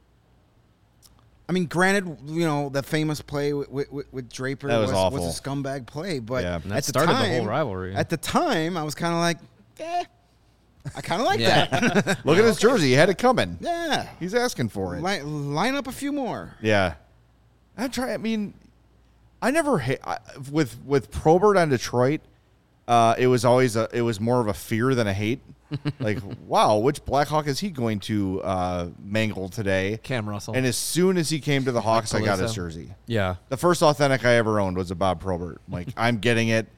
[SPEAKER 4] I mean, granted, you know the famous play with, with, with Draper
[SPEAKER 1] That was awful.
[SPEAKER 4] a scumbag play, but
[SPEAKER 1] Yeah, and that
[SPEAKER 4] at the
[SPEAKER 2] started the
[SPEAKER 4] time-
[SPEAKER 2] whole rivalry.
[SPEAKER 4] At the time, I was kind of like, eh, I kind of like
[SPEAKER 2] Yeah.
[SPEAKER 4] that.
[SPEAKER 1] Look at his jersey. He had it coming.
[SPEAKER 4] yeah,
[SPEAKER 1] He's asking for it.
[SPEAKER 4] Li- line up a few more.
[SPEAKER 1] Yeah, I try. I mean, I never hate I, with with Probert on Detroit. Uh, it was always a. It was more of a fear than a hate. like, wow, which Blackhawk is he going to uh, mangle today?
[SPEAKER 3] Cam Russell.
[SPEAKER 1] And as soon as he came to the Hawks, I got his
[SPEAKER 3] Paluso.
[SPEAKER 1] jersey.
[SPEAKER 2] [LAUGHS] Yeah.
[SPEAKER 1] The first authentic I ever owned was a Bob Probert. Like, I'm getting it.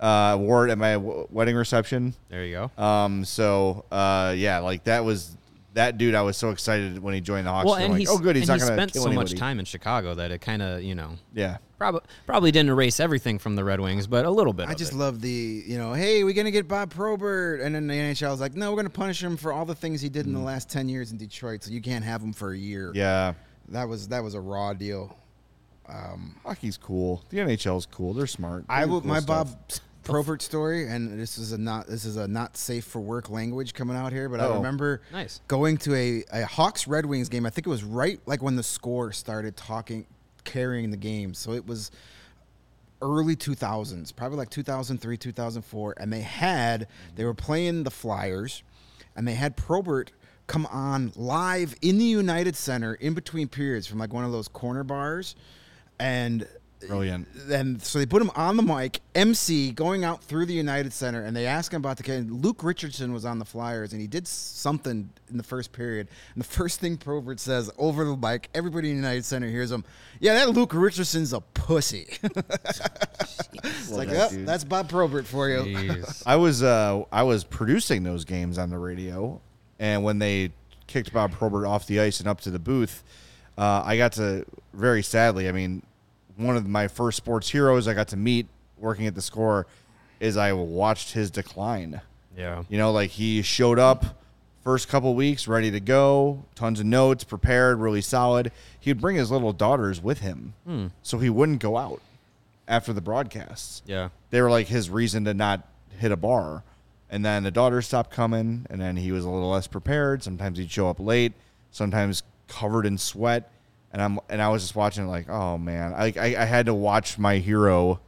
[SPEAKER 1] Uh, wore it at my w- wedding reception.
[SPEAKER 2] There you go.
[SPEAKER 1] Um, so uh, yeah, like that was that dude. I was so excited when he joined the Hawks.
[SPEAKER 2] well,
[SPEAKER 1] I'm
[SPEAKER 2] and
[SPEAKER 1] like,
[SPEAKER 2] he's
[SPEAKER 1] oh good, he's
[SPEAKER 2] and
[SPEAKER 1] not
[SPEAKER 2] he
[SPEAKER 1] going to
[SPEAKER 2] spent
[SPEAKER 1] kill
[SPEAKER 2] so
[SPEAKER 1] anybody.
[SPEAKER 2] much time in Chicago that it kind of you know
[SPEAKER 1] Yeah.
[SPEAKER 2] probably probably didn't erase everything from the Red Wings, but a little bit.
[SPEAKER 4] I
[SPEAKER 2] of
[SPEAKER 4] just
[SPEAKER 2] it.
[SPEAKER 4] love the, you know, hey, we're going to get Bob Probert. And then the NHL was like, no, we're going to punish him for all the things he did in the last 10 years in Detroit, so you can't have him for a year.
[SPEAKER 1] Yeah.
[SPEAKER 4] That was that was a raw deal.
[SPEAKER 1] Hockey's cool. The NHL's cool. They're smart.
[SPEAKER 4] I
[SPEAKER 1] They do
[SPEAKER 4] will,
[SPEAKER 1] cool
[SPEAKER 4] my
[SPEAKER 1] stuff.
[SPEAKER 4] Bob Profert story, and this is a not this is a not safe for work language coming out here, but I
[SPEAKER 1] Oh.
[SPEAKER 4] remember
[SPEAKER 2] Nice.
[SPEAKER 4] going to a, a Hawks Red Wings game. I think it was right like when the score started talking carrying the game, so it was early 2000s, probably like 2003, 2004, and they had they were playing the Flyers, and they had Probert come on live in the United Center in between periods from like one of those corner bars, and
[SPEAKER 1] Brilliant.
[SPEAKER 4] then so they put him on the mic, MC going out through the United Center, and they asked him about the kid. Luke Richardson was on the Flyers, and he did something in the first period. And the first thing Probert says over the mic, everybody in the United Center hears him. Yeah, that Luke Richardson's a pussy. [LAUGHS] it's like,
[SPEAKER 1] that
[SPEAKER 4] "Yep,
[SPEAKER 1] dude."
[SPEAKER 4] that's Bob Probert for you.
[SPEAKER 1] [LAUGHS]
[SPEAKER 2] Jeez.
[SPEAKER 1] I was uh, I was producing those games on the radio, and when they kicked Bob Probert off the ice and up to the booth, uh, I got to very sadly. I mean, one of my first sports heroes I got to meet working at the Score is I watched his decline.
[SPEAKER 2] yeah.
[SPEAKER 1] You know, like he showed up first couple weeks ready to go, tons of notes, prepared, really solid. He'd bring his little daughters with him, so he wouldn't go out after the broadcasts
[SPEAKER 2] Hmm. Yeah.
[SPEAKER 1] they were like his reason to not hit a bar. And then the daughters stopped coming, and then he was a little less prepared. Sometimes he'd show up late, sometimes covered in sweat. And I'm and I was just watching it like, oh man, I, I I had to watch my hero,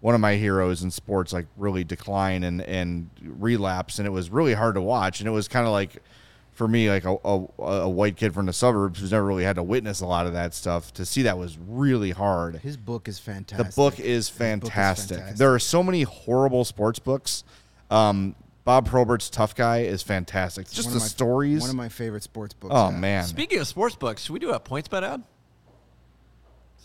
[SPEAKER 1] one of my heroes in sports, like really decline and and relapse, and it was really hard to watch. And it was kind of like, for me, like a, a a white kid from the suburbs who's never really had to witness a lot of that stuff, to see that was really hard.
[SPEAKER 4] [LAUGHS] His book is fantastic.
[SPEAKER 1] The book is
[SPEAKER 4] book is
[SPEAKER 1] fantastic.
[SPEAKER 4] fantastic.
[SPEAKER 1] There are so many horrible sports books. Um, Bob Probert's Tough Guy is fantastic. Just
[SPEAKER 4] One
[SPEAKER 1] the
[SPEAKER 4] of my-
[SPEAKER 1] stories.
[SPEAKER 4] One of my favorite sports books.
[SPEAKER 1] oh
[SPEAKER 4] yeah.
[SPEAKER 1] man,
[SPEAKER 3] Speaking of sports books, should we do a points bet ad?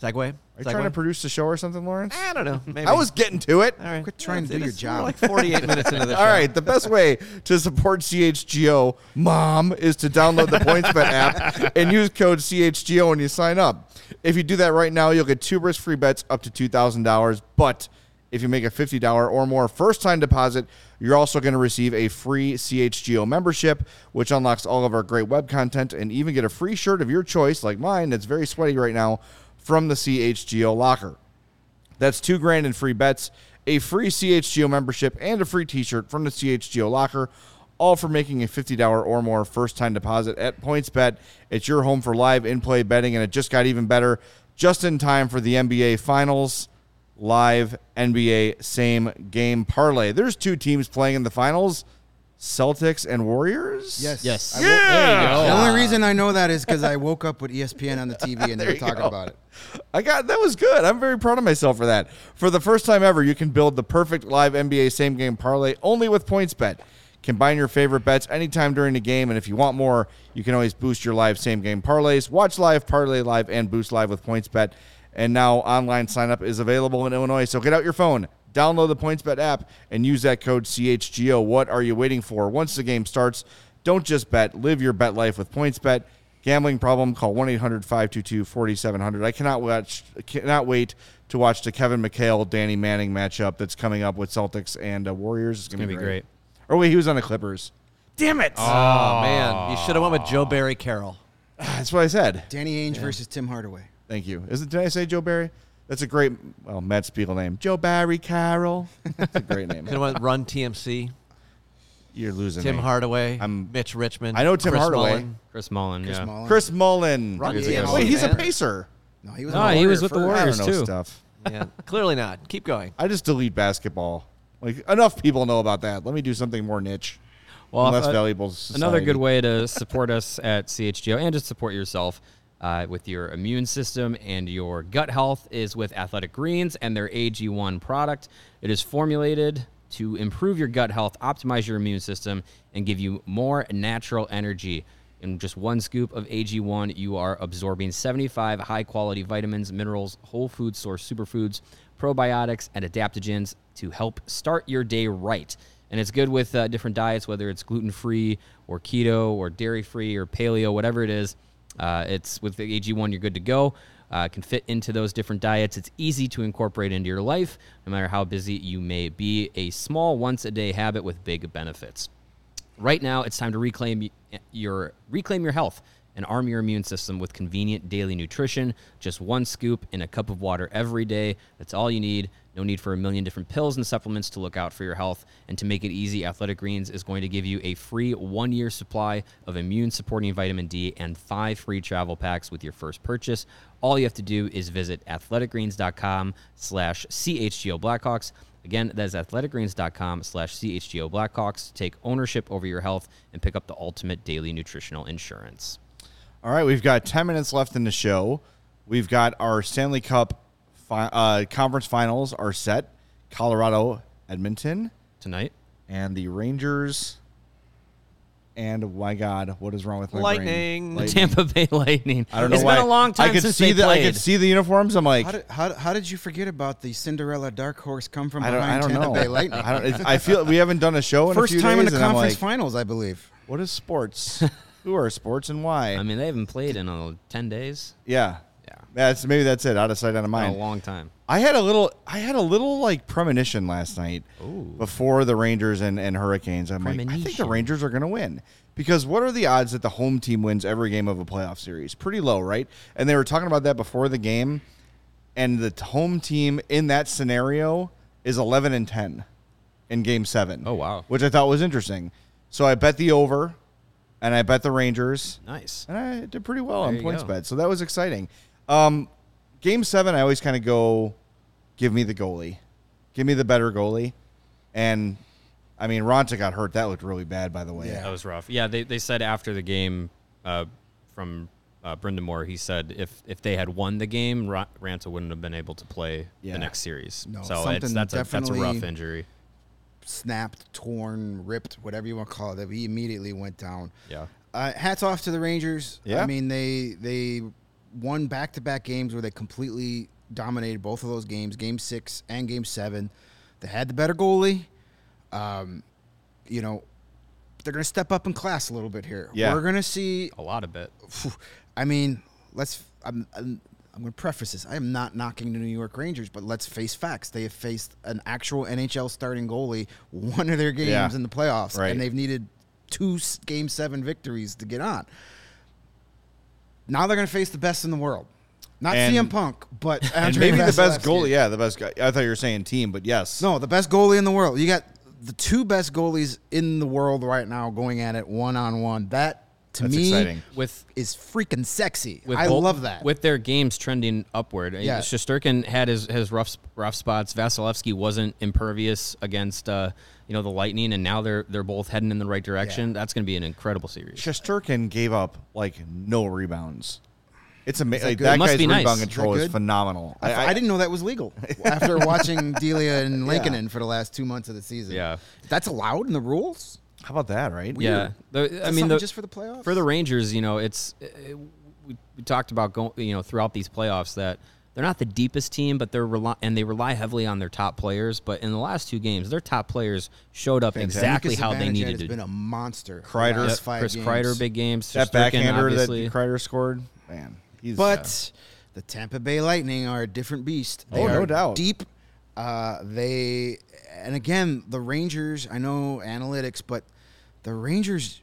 [SPEAKER 3] Segue. Are
[SPEAKER 1] are you trying to produce the show or something, Lawrence?
[SPEAKER 3] Eh,
[SPEAKER 4] Ah.
[SPEAKER 3] I don't know.
[SPEAKER 1] [LAUGHS]
[SPEAKER 3] Maybe.
[SPEAKER 1] I was getting to it.
[SPEAKER 3] All right.
[SPEAKER 4] Quit trying to do
[SPEAKER 3] This-
[SPEAKER 4] your
[SPEAKER 3] we're
[SPEAKER 4] job.
[SPEAKER 3] Like 48 minutes into the
[SPEAKER 1] [LAUGHS]
[SPEAKER 3] show.
[SPEAKER 1] All right, the best way to support CHGO mom is to download the PointsBet app and use code CHGO when you sign up. If you do that right now, you'll get two risk-free bets up to $2,000, but if you make a $50 or more first-time deposit, you're also going to receive a free CHGO membership, which unlocks all of our great web content and even get a free shirt of your choice like mine that's very sweaty right now from the CHGO locker. That's two grand in free bets, a free CHGO membership, and a free T-shirt from the CHGO locker, all for making a fifty dollar or more first time deposit at PointsBet. It's your home for live in play betting, and it just got even better, just in time for the NBA Finals. Live NBA same game parlay. There's two teams playing in the finals, Celtics and Warriors.
[SPEAKER 4] Yes.
[SPEAKER 2] Yes.
[SPEAKER 4] I
[SPEAKER 1] Yeah.
[SPEAKER 4] The
[SPEAKER 2] There you
[SPEAKER 1] Ah.
[SPEAKER 4] only reason I know that is because I woke up with E ESPN on the
[SPEAKER 1] [LAUGHS]
[SPEAKER 4] TV and they were talking about it.
[SPEAKER 1] I got that was good. I'm very proud of myself for that. For the first time ever, you can build the perfect live NBA same game parlay only with PointsBet. Combine your favorite bets anytime during the game, and if you want more, you can always boost your live same game parlays. Watch live, parlay live, and boost live with PointsBet. And now online sign up is available in Illinois. So get out your phone, download the PointsBet app, and use that code CHGO. What are you waiting for? Once the game starts, don't just bet. Live your bet life with PointsBet. Gambling problem? Call 1-800-522-4700. I cannot watch cannot wait to watch the Kevin McHale Danny Manning matchup that's coming up with Celtics and uh, Warriors. It's going to
[SPEAKER 2] gonna
[SPEAKER 1] be
[SPEAKER 2] be
[SPEAKER 1] great. Or wait, he was on the Clippers. [SIGHS] Damn it.
[SPEAKER 3] Oh, man. You should have went with Joe Barry Carroll.
[SPEAKER 1] That's what I said.
[SPEAKER 4] Danny Ainge versus Tim Hardaway.
[SPEAKER 1] Thank you. Is it did I say Joe Barry? That's a great well, Matt Spiegel name. Joe Barry Carroll. [LAUGHS] That's a great name.
[SPEAKER 3] You know what?
[SPEAKER 1] [LAUGHS]
[SPEAKER 3] Run TMC.
[SPEAKER 1] You're losing
[SPEAKER 3] Tim
[SPEAKER 1] me.
[SPEAKER 3] Hardaway.
[SPEAKER 1] I'm-
[SPEAKER 3] Mitch Richmond.
[SPEAKER 1] I know Tim
[SPEAKER 3] Chris
[SPEAKER 1] Hardaway.
[SPEAKER 3] Mullen.
[SPEAKER 2] Chris Mullen. yeah.
[SPEAKER 4] Mullen.
[SPEAKER 1] Chris Mullen.
[SPEAKER 3] Run
[SPEAKER 1] Wait,
[SPEAKER 3] TMZ,
[SPEAKER 1] he's a
[SPEAKER 3] man.
[SPEAKER 1] pacer.
[SPEAKER 4] No, he was.
[SPEAKER 2] No,
[SPEAKER 4] on the
[SPEAKER 2] Oh, he was
[SPEAKER 4] Warriors
[SPEAKER 2] with the
[SPEAKER 4] first.
[SPEAKER 2] Warriors.
[SPEAKER 1] I don't know
[SPEAKER 2] too.
[SPEAKER 1] stuff. [LAUGHS]
[SPEAKER 3] Yeah, clearly not. Keep going.
[SPEAKER 1] I just delete basketball. Like enough people know about that. Let me do something more niche,
[SPEAKER 2] Well,
[SPEAKER 1] less
[SPEAKER 2] uh,
[SPEAKER 1] valuable. to
[SPEAKER 2] Another
[SPEAKER 1] society.
[SPEAKER 2] good way to support us at CHGO and just support yourself uh, with your immune system and your gut health is with Athletic Greens and their AG1 product. It is formulated to improve your gut health, optimize your immune system, and give you more natural energy. In just one scoop of AG1, you are absorbing 75 high quality vitamins, minerals, whole food source superfoods, probiotics, and adaptogens to help start your day right. And it's good with uh, different diets, whether it's gluten free or keto or dairy free or paleo, whatever it is. Uh, it's with the AG1, you're good to go. Uh, can fit into those different diets. It's easy to incorporate into your life, no matter how busy you may be. A small once a day habit with big benefits. Right now, it's time to eh, reclaim y- your reclaim your health and arm your immune system with convenient daily nutrition. Just one scoop in a cup of water every day. That's all you need. No need for a million different pills and supplements to look out for your health. And to make it easy, Athletic Greens is going to give you a free one year supply of immune supporting vitamin D and five free travel packs with your first purchase. All you have to do is visit athleticgreens.com slash CHGO Blackhawks. Again, that is athleticgreens.com slash CHGO Blackhawks to take ownership over your health and pick up the ultimate daily nutritional insurance.
[SPEAKER 1] All right, we've got 10 minutes left in the show. We've got our Stanley Cup fi- uh, conference finals are set Colorado, Edmonton,
[SPEAKER 2] Tonight?
[SPEAKER 1] and the Rangers. And my God, what is wrong with my brain?
[SPEAKER 3] Lightning.
[SPEAKER 1] Lightning.
[SPEAKER 2] Tampa Bay [LAUGHS] Lightning.
[SPEAKER 1] I don't know
[SPEAKER 2] It's
[SPEAKER 1] why.
[SPEAKER 2] been a long time
[SPEAKER 1] I could
[SPEAKER 2] since
[SPEAKER 1] see
[SPEAKER 2] they
[SPEAKER 1] the,
[SPEAKER 2] played.
[SPEAKER 1] I could see the uniforms. I'm like,
[SPEAKER 4] How did, how, how did you forget about the Cinderella dark horse come from
[SPEAKER 1] I
[SPEAKER 4] behind
[SPEAKER 1] don't, I don't
[SPEAKER 4] Tampa
[SPEAKER 1] know.
[SPEAKER 4] Bay Lightning?
[SPEAKER 1] [LAUGHS] I, don't, it's- I feel we haven't done a show in a
[SPEAKER 4] First
[SPEAKER 1] few
[SPEAKER 4] time in
[SPEAKER 1] days,
[SPEAKER 4] the
[SPEAKER 1] and I'm
[SPEAKER 4] conference
[SPEAKER 1] like,
[SPEAKER 4] finals, I believe.
[SPEAKER 1] What is
[SPEAKER 4] [LAUGHS]
[SPEAKER 1] sports? Who are sports and why?
[SPEAKER 2] I mean, they haven't played in uh, 10 days.
[SPEAKER 1] yeah,
[SPEAKER 2] Yeah.
[SPEAKER 1] That's maybe that's it. Out of sight, out of
[SPEAKER 2] Been
[SPEAKER 1] mind.
[SPEAKER 2] a long time.
[SPEAKER 1] I had a little, I had a little like premonition last night
[SPEAKER 2] Ooh.
[SPEAKER 1] before the Rangers and, and Hurricanes. I'm like, I think the
[SPEAKER 2] Premonition.
[SPEAKER 1] Rangers are going to win because what are the odds that the home team wins every game of a playoff series? Pretty low, right? And they were talking about that before the game, and the t- home team in that scenario is 11 and 10 in Game Seven.
[SPEAKER 2] Oh, wow.
[SPEAKER 1] which I thought was interesting. So I bet the over, and I bet the Rangers
[SPEAKER 2] Nice.
[SPEAKER 1] and I did pretty well
[SPEAKER 2] There
[SPEAKER 1] on
[SPEAKER 2] you
[SPEAKER 1] points
[SPEAKER 2] go.
[SPEAKER 1] bet. So that was exciting. Um, game seven, I always kind of go, give me the goalie, give me the better goalie, and I mean Ronta got hurt. That looked really bad, by the way.
[SPEAKER 4] Yeah.
[SPEAKER 2] That was rough. Yeah, they, they said after the game uh, from uh, Brendan Moore, he said if if they had won the game, Ra- Ranta wouldn't have been able to play
[SPEAKER 1] Yeah.
[SPEAKER 2] the next series.
[SPEAKER 4] No,
[SPEAKER 2] so it's,
[SPEAKER 4] something
[SPEAKER 2] that's, a, that's a rough
[SPEAKER 4] definitely-
[SPEAKER 2] injury.
[SPEAKER 4] Snapped, torn, ripped, whatever you want to call it. That he immediately went down.
[SPEAKER 2] Yeah.
[SPEAKER 4] Uh, hats off to the Rangers.
[SPEAKER 1] Yeah.
[SPEAKER 4] I mean, they they won back to back games where they completely dominated both of those games, game six and game seven. They had the better goalie. Um, you know, they're going to step up in class a little bit here.
[SPEAKER 1] Yeah.
[SPEAKER 4] We're going to see
[SPEAKER 2] A lot of it.
[SPEAKER 4] phew, I mean, let's. I'm, I'm, I'm going to preface this. I am not knocking the New York Rangers, but let's face facts. They have faced an actual NHL starting goalie one of their games
[SPEAKER 1] Yeah.
[SPEAKER 4] in the playoffs,
[SPEAKER 1] Right.
[SPEAKER 4] and they've needed two s- game seven victories to get on. Now they're going to face the best in the world. Not
[SPEAKER 1] And-
[SPEAKER 4] CM Punk, but
[SPEAKER 1] [LAUGHS] And
[SPEAKER 4] Andre
[SPEAKER 1] maybe the best
[SPEAKER 4] Vasilevsky.
[SPEAKER 1] goalie. Yeah, the best guy. I thought you were saying team, but yes.
[SPEAKER 4] No, the best goalie in the world. You got the two best goalies in the world right now going at it one on one. That to
[SPEAKER 1] That's
[SPEAKER 4] me
[SPEAKER 1] exciting.
[SPEAKER 2] With
[SPEAKER 4] is freaking sexy.
[SPEAKER 2] with
[SPEAKER 4] I
[SPEAKER 2] both-
[SPEAKER 4] love that.
[SPEAKER 2] With their games trending upward,
[SPEAKER 4] Yeah.
[SPEAKER 2] yeah. Shosturkin had his, his rough sp- rough spots. Vasilevsky wasn't impervious against uh, you know the Lightning, and now they're they're both heading in the right direction. That's going to be an incredible series.
[SPEAKER 1] Shesterkin gave up like no rebounds. It's amazing. Like,
[SPEAKER 4] good?
[SPEAKER 1] that
[SPEAKER 4] It
[SPEAKER 2] must
[SPEAKER 1] guy's
[SPEAKER 2] be nice.
[SPEAKER 1] rebound
[SPEAKER 2] Is that
[SPEAKER 1] control is,
[SPEAKER 4] good?
[SPEAKER 1] phenomenal.
[SPEAKER 4] I, I didn't know that was [LAUGHS] legal after watching Delia and Lincoln for the last two months of the season.
[SPEAKER 2] Yeah.
[SPEAKER 4] that's allowed in the rules.
[SPEAKER 1] How about that? Right?
[SPEAKER 2] Yeah, The- I mean,
[SPEAKER 4] something
[SPEAKER 2] the,
[SPEAKER 4] just for the playoffs?
[SPEAKER 2] For the Rangers, you know, it's uh, we, we talked about going, you know, throughout these playoffs that they're not the deepest team, but they're rely and they rely heavily on their top players. But in the last two games, their top players showed up exactly
[SPEAKER 4] Lucas
[SPEAKER 2] how they
[SPEAKER 4] Zibanejad
[SPEAKER 2] needed
[SPEAKER 4] has
[SPEAKER 2] to.
[SPEAKER 4] been a monster. the
[SPEAKER 1] Kreider. Yep,
[SPEAKER 4] last five
[SPEAKER 2] Chris
[SPEAKER 4] games.
[SPEAKER 2] Kreider, big games.
[SPEAKER 1] That
[SPEAKER 2] Shesterkin,
[SPEAKER 1] backhander
[SPEAKER 2] obviously.
[SPEAKER 1] that Kreider scored, man. He's
[SPEAKER 4] But uh, the Tampa Bay Lightning are a different beast. They
[SPEAKER 1] Oh, no
[SPEAKER 4] are
[SPEAKER 1] doubt.
[SPEAKER 4] Deep. Uh, they and again the Rangers. I know analytics, but the Rangers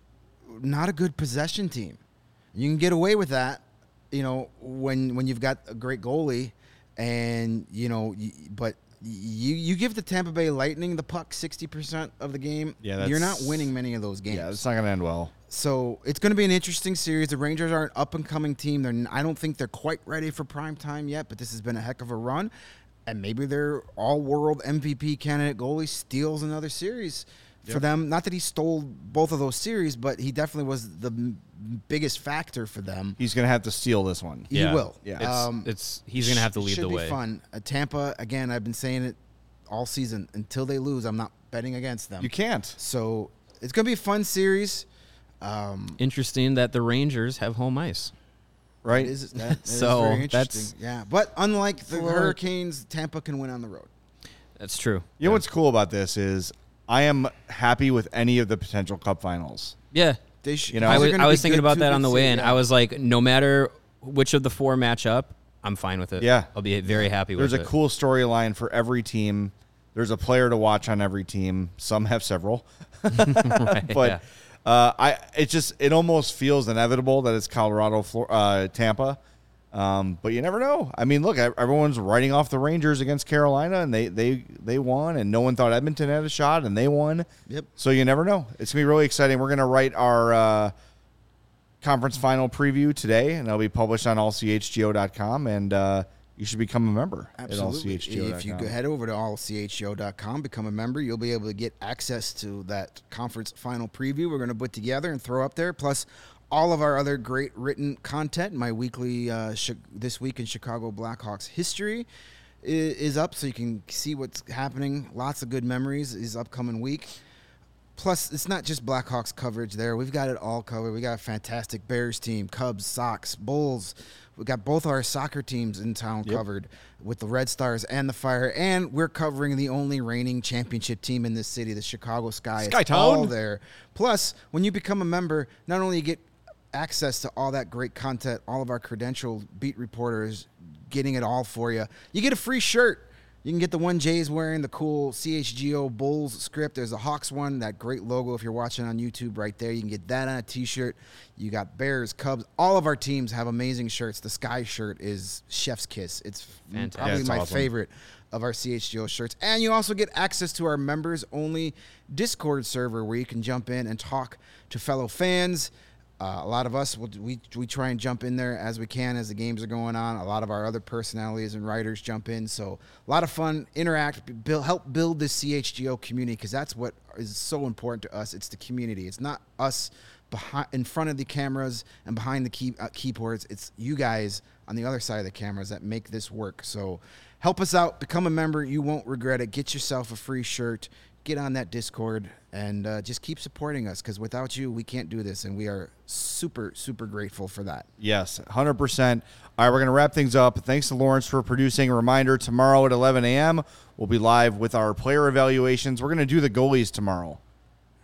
[SPEAKER 4] not a good possession team. You can get away with that, you know, when when you've got a great goalie, and you know, y- but. You, you give the Tampa Bay Lightning the puck sixty percent of the game.
[SPEAKER 1] Yeah, that's-
[SPEAKER 4] you're not winning many of those games.
[SPEAKER 1] uh, yeah, it's not going to end well.
[SPEAKER 4] So it's going to be an interesting series. The Rangers are an up and coming team. They're n- I don't think they're quite ready for prime time yet, but this has been a heck of a run, and maybe their all world MVP candidate goalie steals another series for them. Not that he stole both of those series, but he definitely was the m- biggest factor for them.
[SPEAKER 1] He's going to have to steal this one.
[SPEAKER 4] He will.
[SPEAKER 1] Yeah.
[SPEAKER 2] It's, it's he's going to have to
[SPEAKER 4] Um, Sh-
[SPEAKER 2] lead
[SPEAKER 4] should
[SPEAKER 2] the
[SPEAKER 4] be
[SPEAKER 2] way.
[SPEAKER 4] Fun. Uh, Tampa again. I've been saying it all season. Until they lose, I'm not betting against them.
[SPEAKER 1] You can't.
[SPEAKER 4] So it's going to be a fun series. Um,
[SPEAKER 2] Interesting that the Rangers have home ice.
[SPEAKER 1] right?
[SPEAKER 4] It is, that, that is
[SPEAKER 2] So
[SPEAKER 4] very interesting.
[SPEAKER 2] that's-
[SPEAKER 4] yeah, but unlike the
[SPEAKER 2] Well, like-
[SPEAKER 4] Hurricanes, Tampa can win on the road.
[SPEAKER 2] That's true.
[SPEAKER 1] you know what's cool about this is I am happy with any of the potential cup finals.
[SPEAKER 2] Yeah.
[SPEAKER 4] They sh-
[SPEAKER 1] You know,
[SPEAKER 2] I
[SPEAKER 4] those are
[SPEAKER 2] was,
[SPEAKER 4] gonna
[SPEAKER 2] I
[SPEAKER 4] be
[SPEAKER 2] was thinking
[SPEAKER 4] good
[SPEAKER 2] about
[SPEAKER 4] two
[SPEAKER 2] that on
[SPEAKER 4] good
[SPEAKER 2] the way
[SPEAKER 4] seed,
[SPEAKER 2] in.
[SPEAKER 4] yeah.
[SPEAKER 2] I was like, no matter which of the four match up, I'm fine with it.
[SPEAKER 1] Yeah.
[SPEAKER 2] I'll be very happy
[SPEAKER 1] There's
[SPEAKER 2] with
[SPEAKER 1] a
[SPEAKER 2] it.
[SPEAKER 1] cool storyline for every [LAUGHS] team. There's a player to watch on every team. Some have several. but
[SPEAKER 2] yeah.
[SPEAKER 1] Uh, I it just it almost feels inevitable that it's Colorado, Flor- uh, Tampa, um, but you never know. I mean, look, e- everyone's writing off the Rangers against Carolina, and they they they won, and no one thought Edmonton had a shot, and they won.
[SPEAKER 4] Yep.
[SPEAKER 1] So you never know. It's gonna be really exciting. We're gonna write our. Uh, conference final preview today, and it'll be published on allchgo.com. And uh, you should become a member
[SPEAKER 4] Absolutely.
[SPEAKER 1] at allchgo.com.
[SPEAKER 4] If you go head over to allchgo.com, become a member, you'll be able to get access to that conference final preview we're going to put together and throw up there, plus all of our other great written content. My weekly uh, Chi- this week in Chicago Blackhawks history i- is up, so you can see what's happening. Lots of good memories is upcoming week. Plus, it's not just Blackhawks coverage there. We've got it all covered. We got a fantastic Bears team, Cubs, Sox, Bulls. We got both our soccer teams in town covered with the Red Stars and the Fire. And we're covering the only reigning championship team in this city, the Chicago Sky. It's
[SPEAKER 3] Skytown.
[SPEAKER 4] all
[SPEAKER 2] Mm-hmm.
[SPEAKER 4] there. Plus, when you become a member, not only you get access to all that great content, all of our credentialed beat reporters getting it all for you, you get a free shirt. You can get the one Jay's wearing, the cool CHGO Bulls script. There's a Hawks one, that great logo if you're watching on YouTube right there. You can get that on a t shirt. You got Bears, Cubs. All of our teams have amazing shirts. The Sky shirt is Chef's Kiss. It's
[SPEAKER 2] Fantastic.
[SPEAKER 4] probably
[SPEAKER 2] That's
[SPEAKER 4] my
[SPEAKER 2] awesome.
[SPEAKER 4] favorite favorite of our CHGO shirts. And you also get access to our members only Discord server where you can jump in and talk to fellow fans. Uh, a lot of us, will, we, we try and jump in there as we can as the games are going on. A lot of our other personalities and writers jump in. So, a lot of fun, interact, build, help build this CHGO community because that's what is so important to us. It's the community, it's not us behind in front of the cameras and behind the key, uh, keyboards. It's you guys on the other side of the cameras that make this work. So help us out, become a member. You won't regret it. Get yourself a free shirt. Get on that Discord and uh, just keep supporting us because without you, we can't do this. And we are super, super grateful for that.
[SPEAKER 1] Yes, 100%. All right, we're going to wrap things up. Thanks to Lawrence for producing. A reminder tomorrow at 11 a.m., we'll be live with our player evaluations. We're going to do the goalies tomorrow.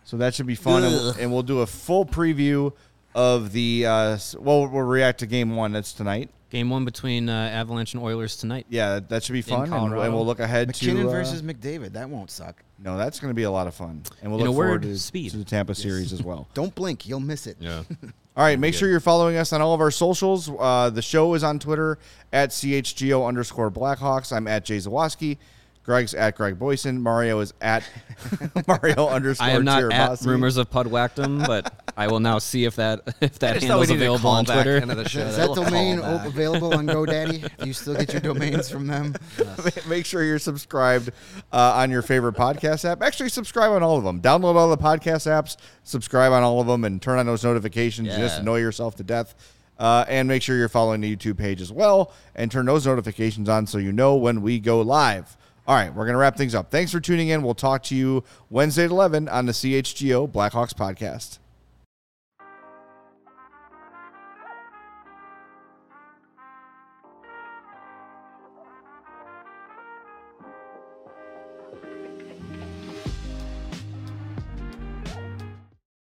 [SPEAKER 1] So that should be fun. And, and we'll do a full preview of the, uh, s- well, we'll react to game one. That's tonight.
[SPEAKER 2] Game one between uh, Avalanche and Oilers tonight.
[SPEAKER 1] Yeah, that, that should be fun. And, we'll- and
[SPEAKER 2] Colorado.
[SPEAKER 1] we'll look ahead
[SPEAKER 4] McKinnon
[SPEAKER 1] to. uh,
[SPEAKER 4] versus McDavid. That won't suck.
[SPEAKER 1] no, that's going to be a lot of fun. And we'll
[SPEAKER 2] In
[SPEAKER 1] look
[SPEAKER 2] a
[SPEAKER 1] forward
[SPEAKER 2] word,
[SPEAKER 1] to,
[SPEAKER 2] speed.
[SPEAKER 1] to the Tampa series as
[SPEAKER 2] [LAUGHS]
[SPEAKER 1] well.
[SPEAKER 4] Don't blink. You'll miss it.
[SPEAKER 2] Yeah.
[SPEAKER 4] [LAUGHS]
[SPEAKER 1] All right, make sure you're following us on all of our socials. Uh, the show is on Twitter at CHGO underscore Blackhawks. I'm at Jay Zawoski. Greg's at Greg Boyson. Mario is at [LAUGHS] Mario underscore
[SPEAKER 2] [LAUGHS] [LAUGHS] I am not at
[SPEAKER 1] Tirabassi.
[SPEAKER 2] rumors of Pudwactum, but I will now see if that [LAUGHS] if that
[SPEAKER 3] I just thought we
[SPEAKER 2] handle's
[SPEAKER 3] needed a
[SPEAKER 2] available on
[SPEAKER 3] callback
[SPEAKER 2] Twitter.
[SPEAKER 3] end
[SPEAKER 1] [LAUGHS]
[SPEAKER 3] of the show.
[SPEAKER 4] Is
[SPEAKER 3] That
[SPEAKER 4] that
[SPEAKER 3] little
[SPEAKER 4] domain
[SPEAKER 3] callback.
[SPEAKER 4] op- available on GoDaddy? Do you still get your domains from them?
[SPEAKER 1] [LAUGHS] Make sure you're subscribed uh, on your favorite podcast app. Actually, subscribe on all of them. Download all the podcast apps, subscribe on all of them, and turn on those notifications. You Just
[SPEAKER 2] Yeah.
[SPEAKER 1] annoy yourself to death. Uh, and make sure you're following the YouTube page as well and turn those notifications on so you know when we go live. All right, we're going to wrap things up. Thanks for tuning in. We'll talk to you Wednesday at 11 on the CHGO Blackhawks podcast.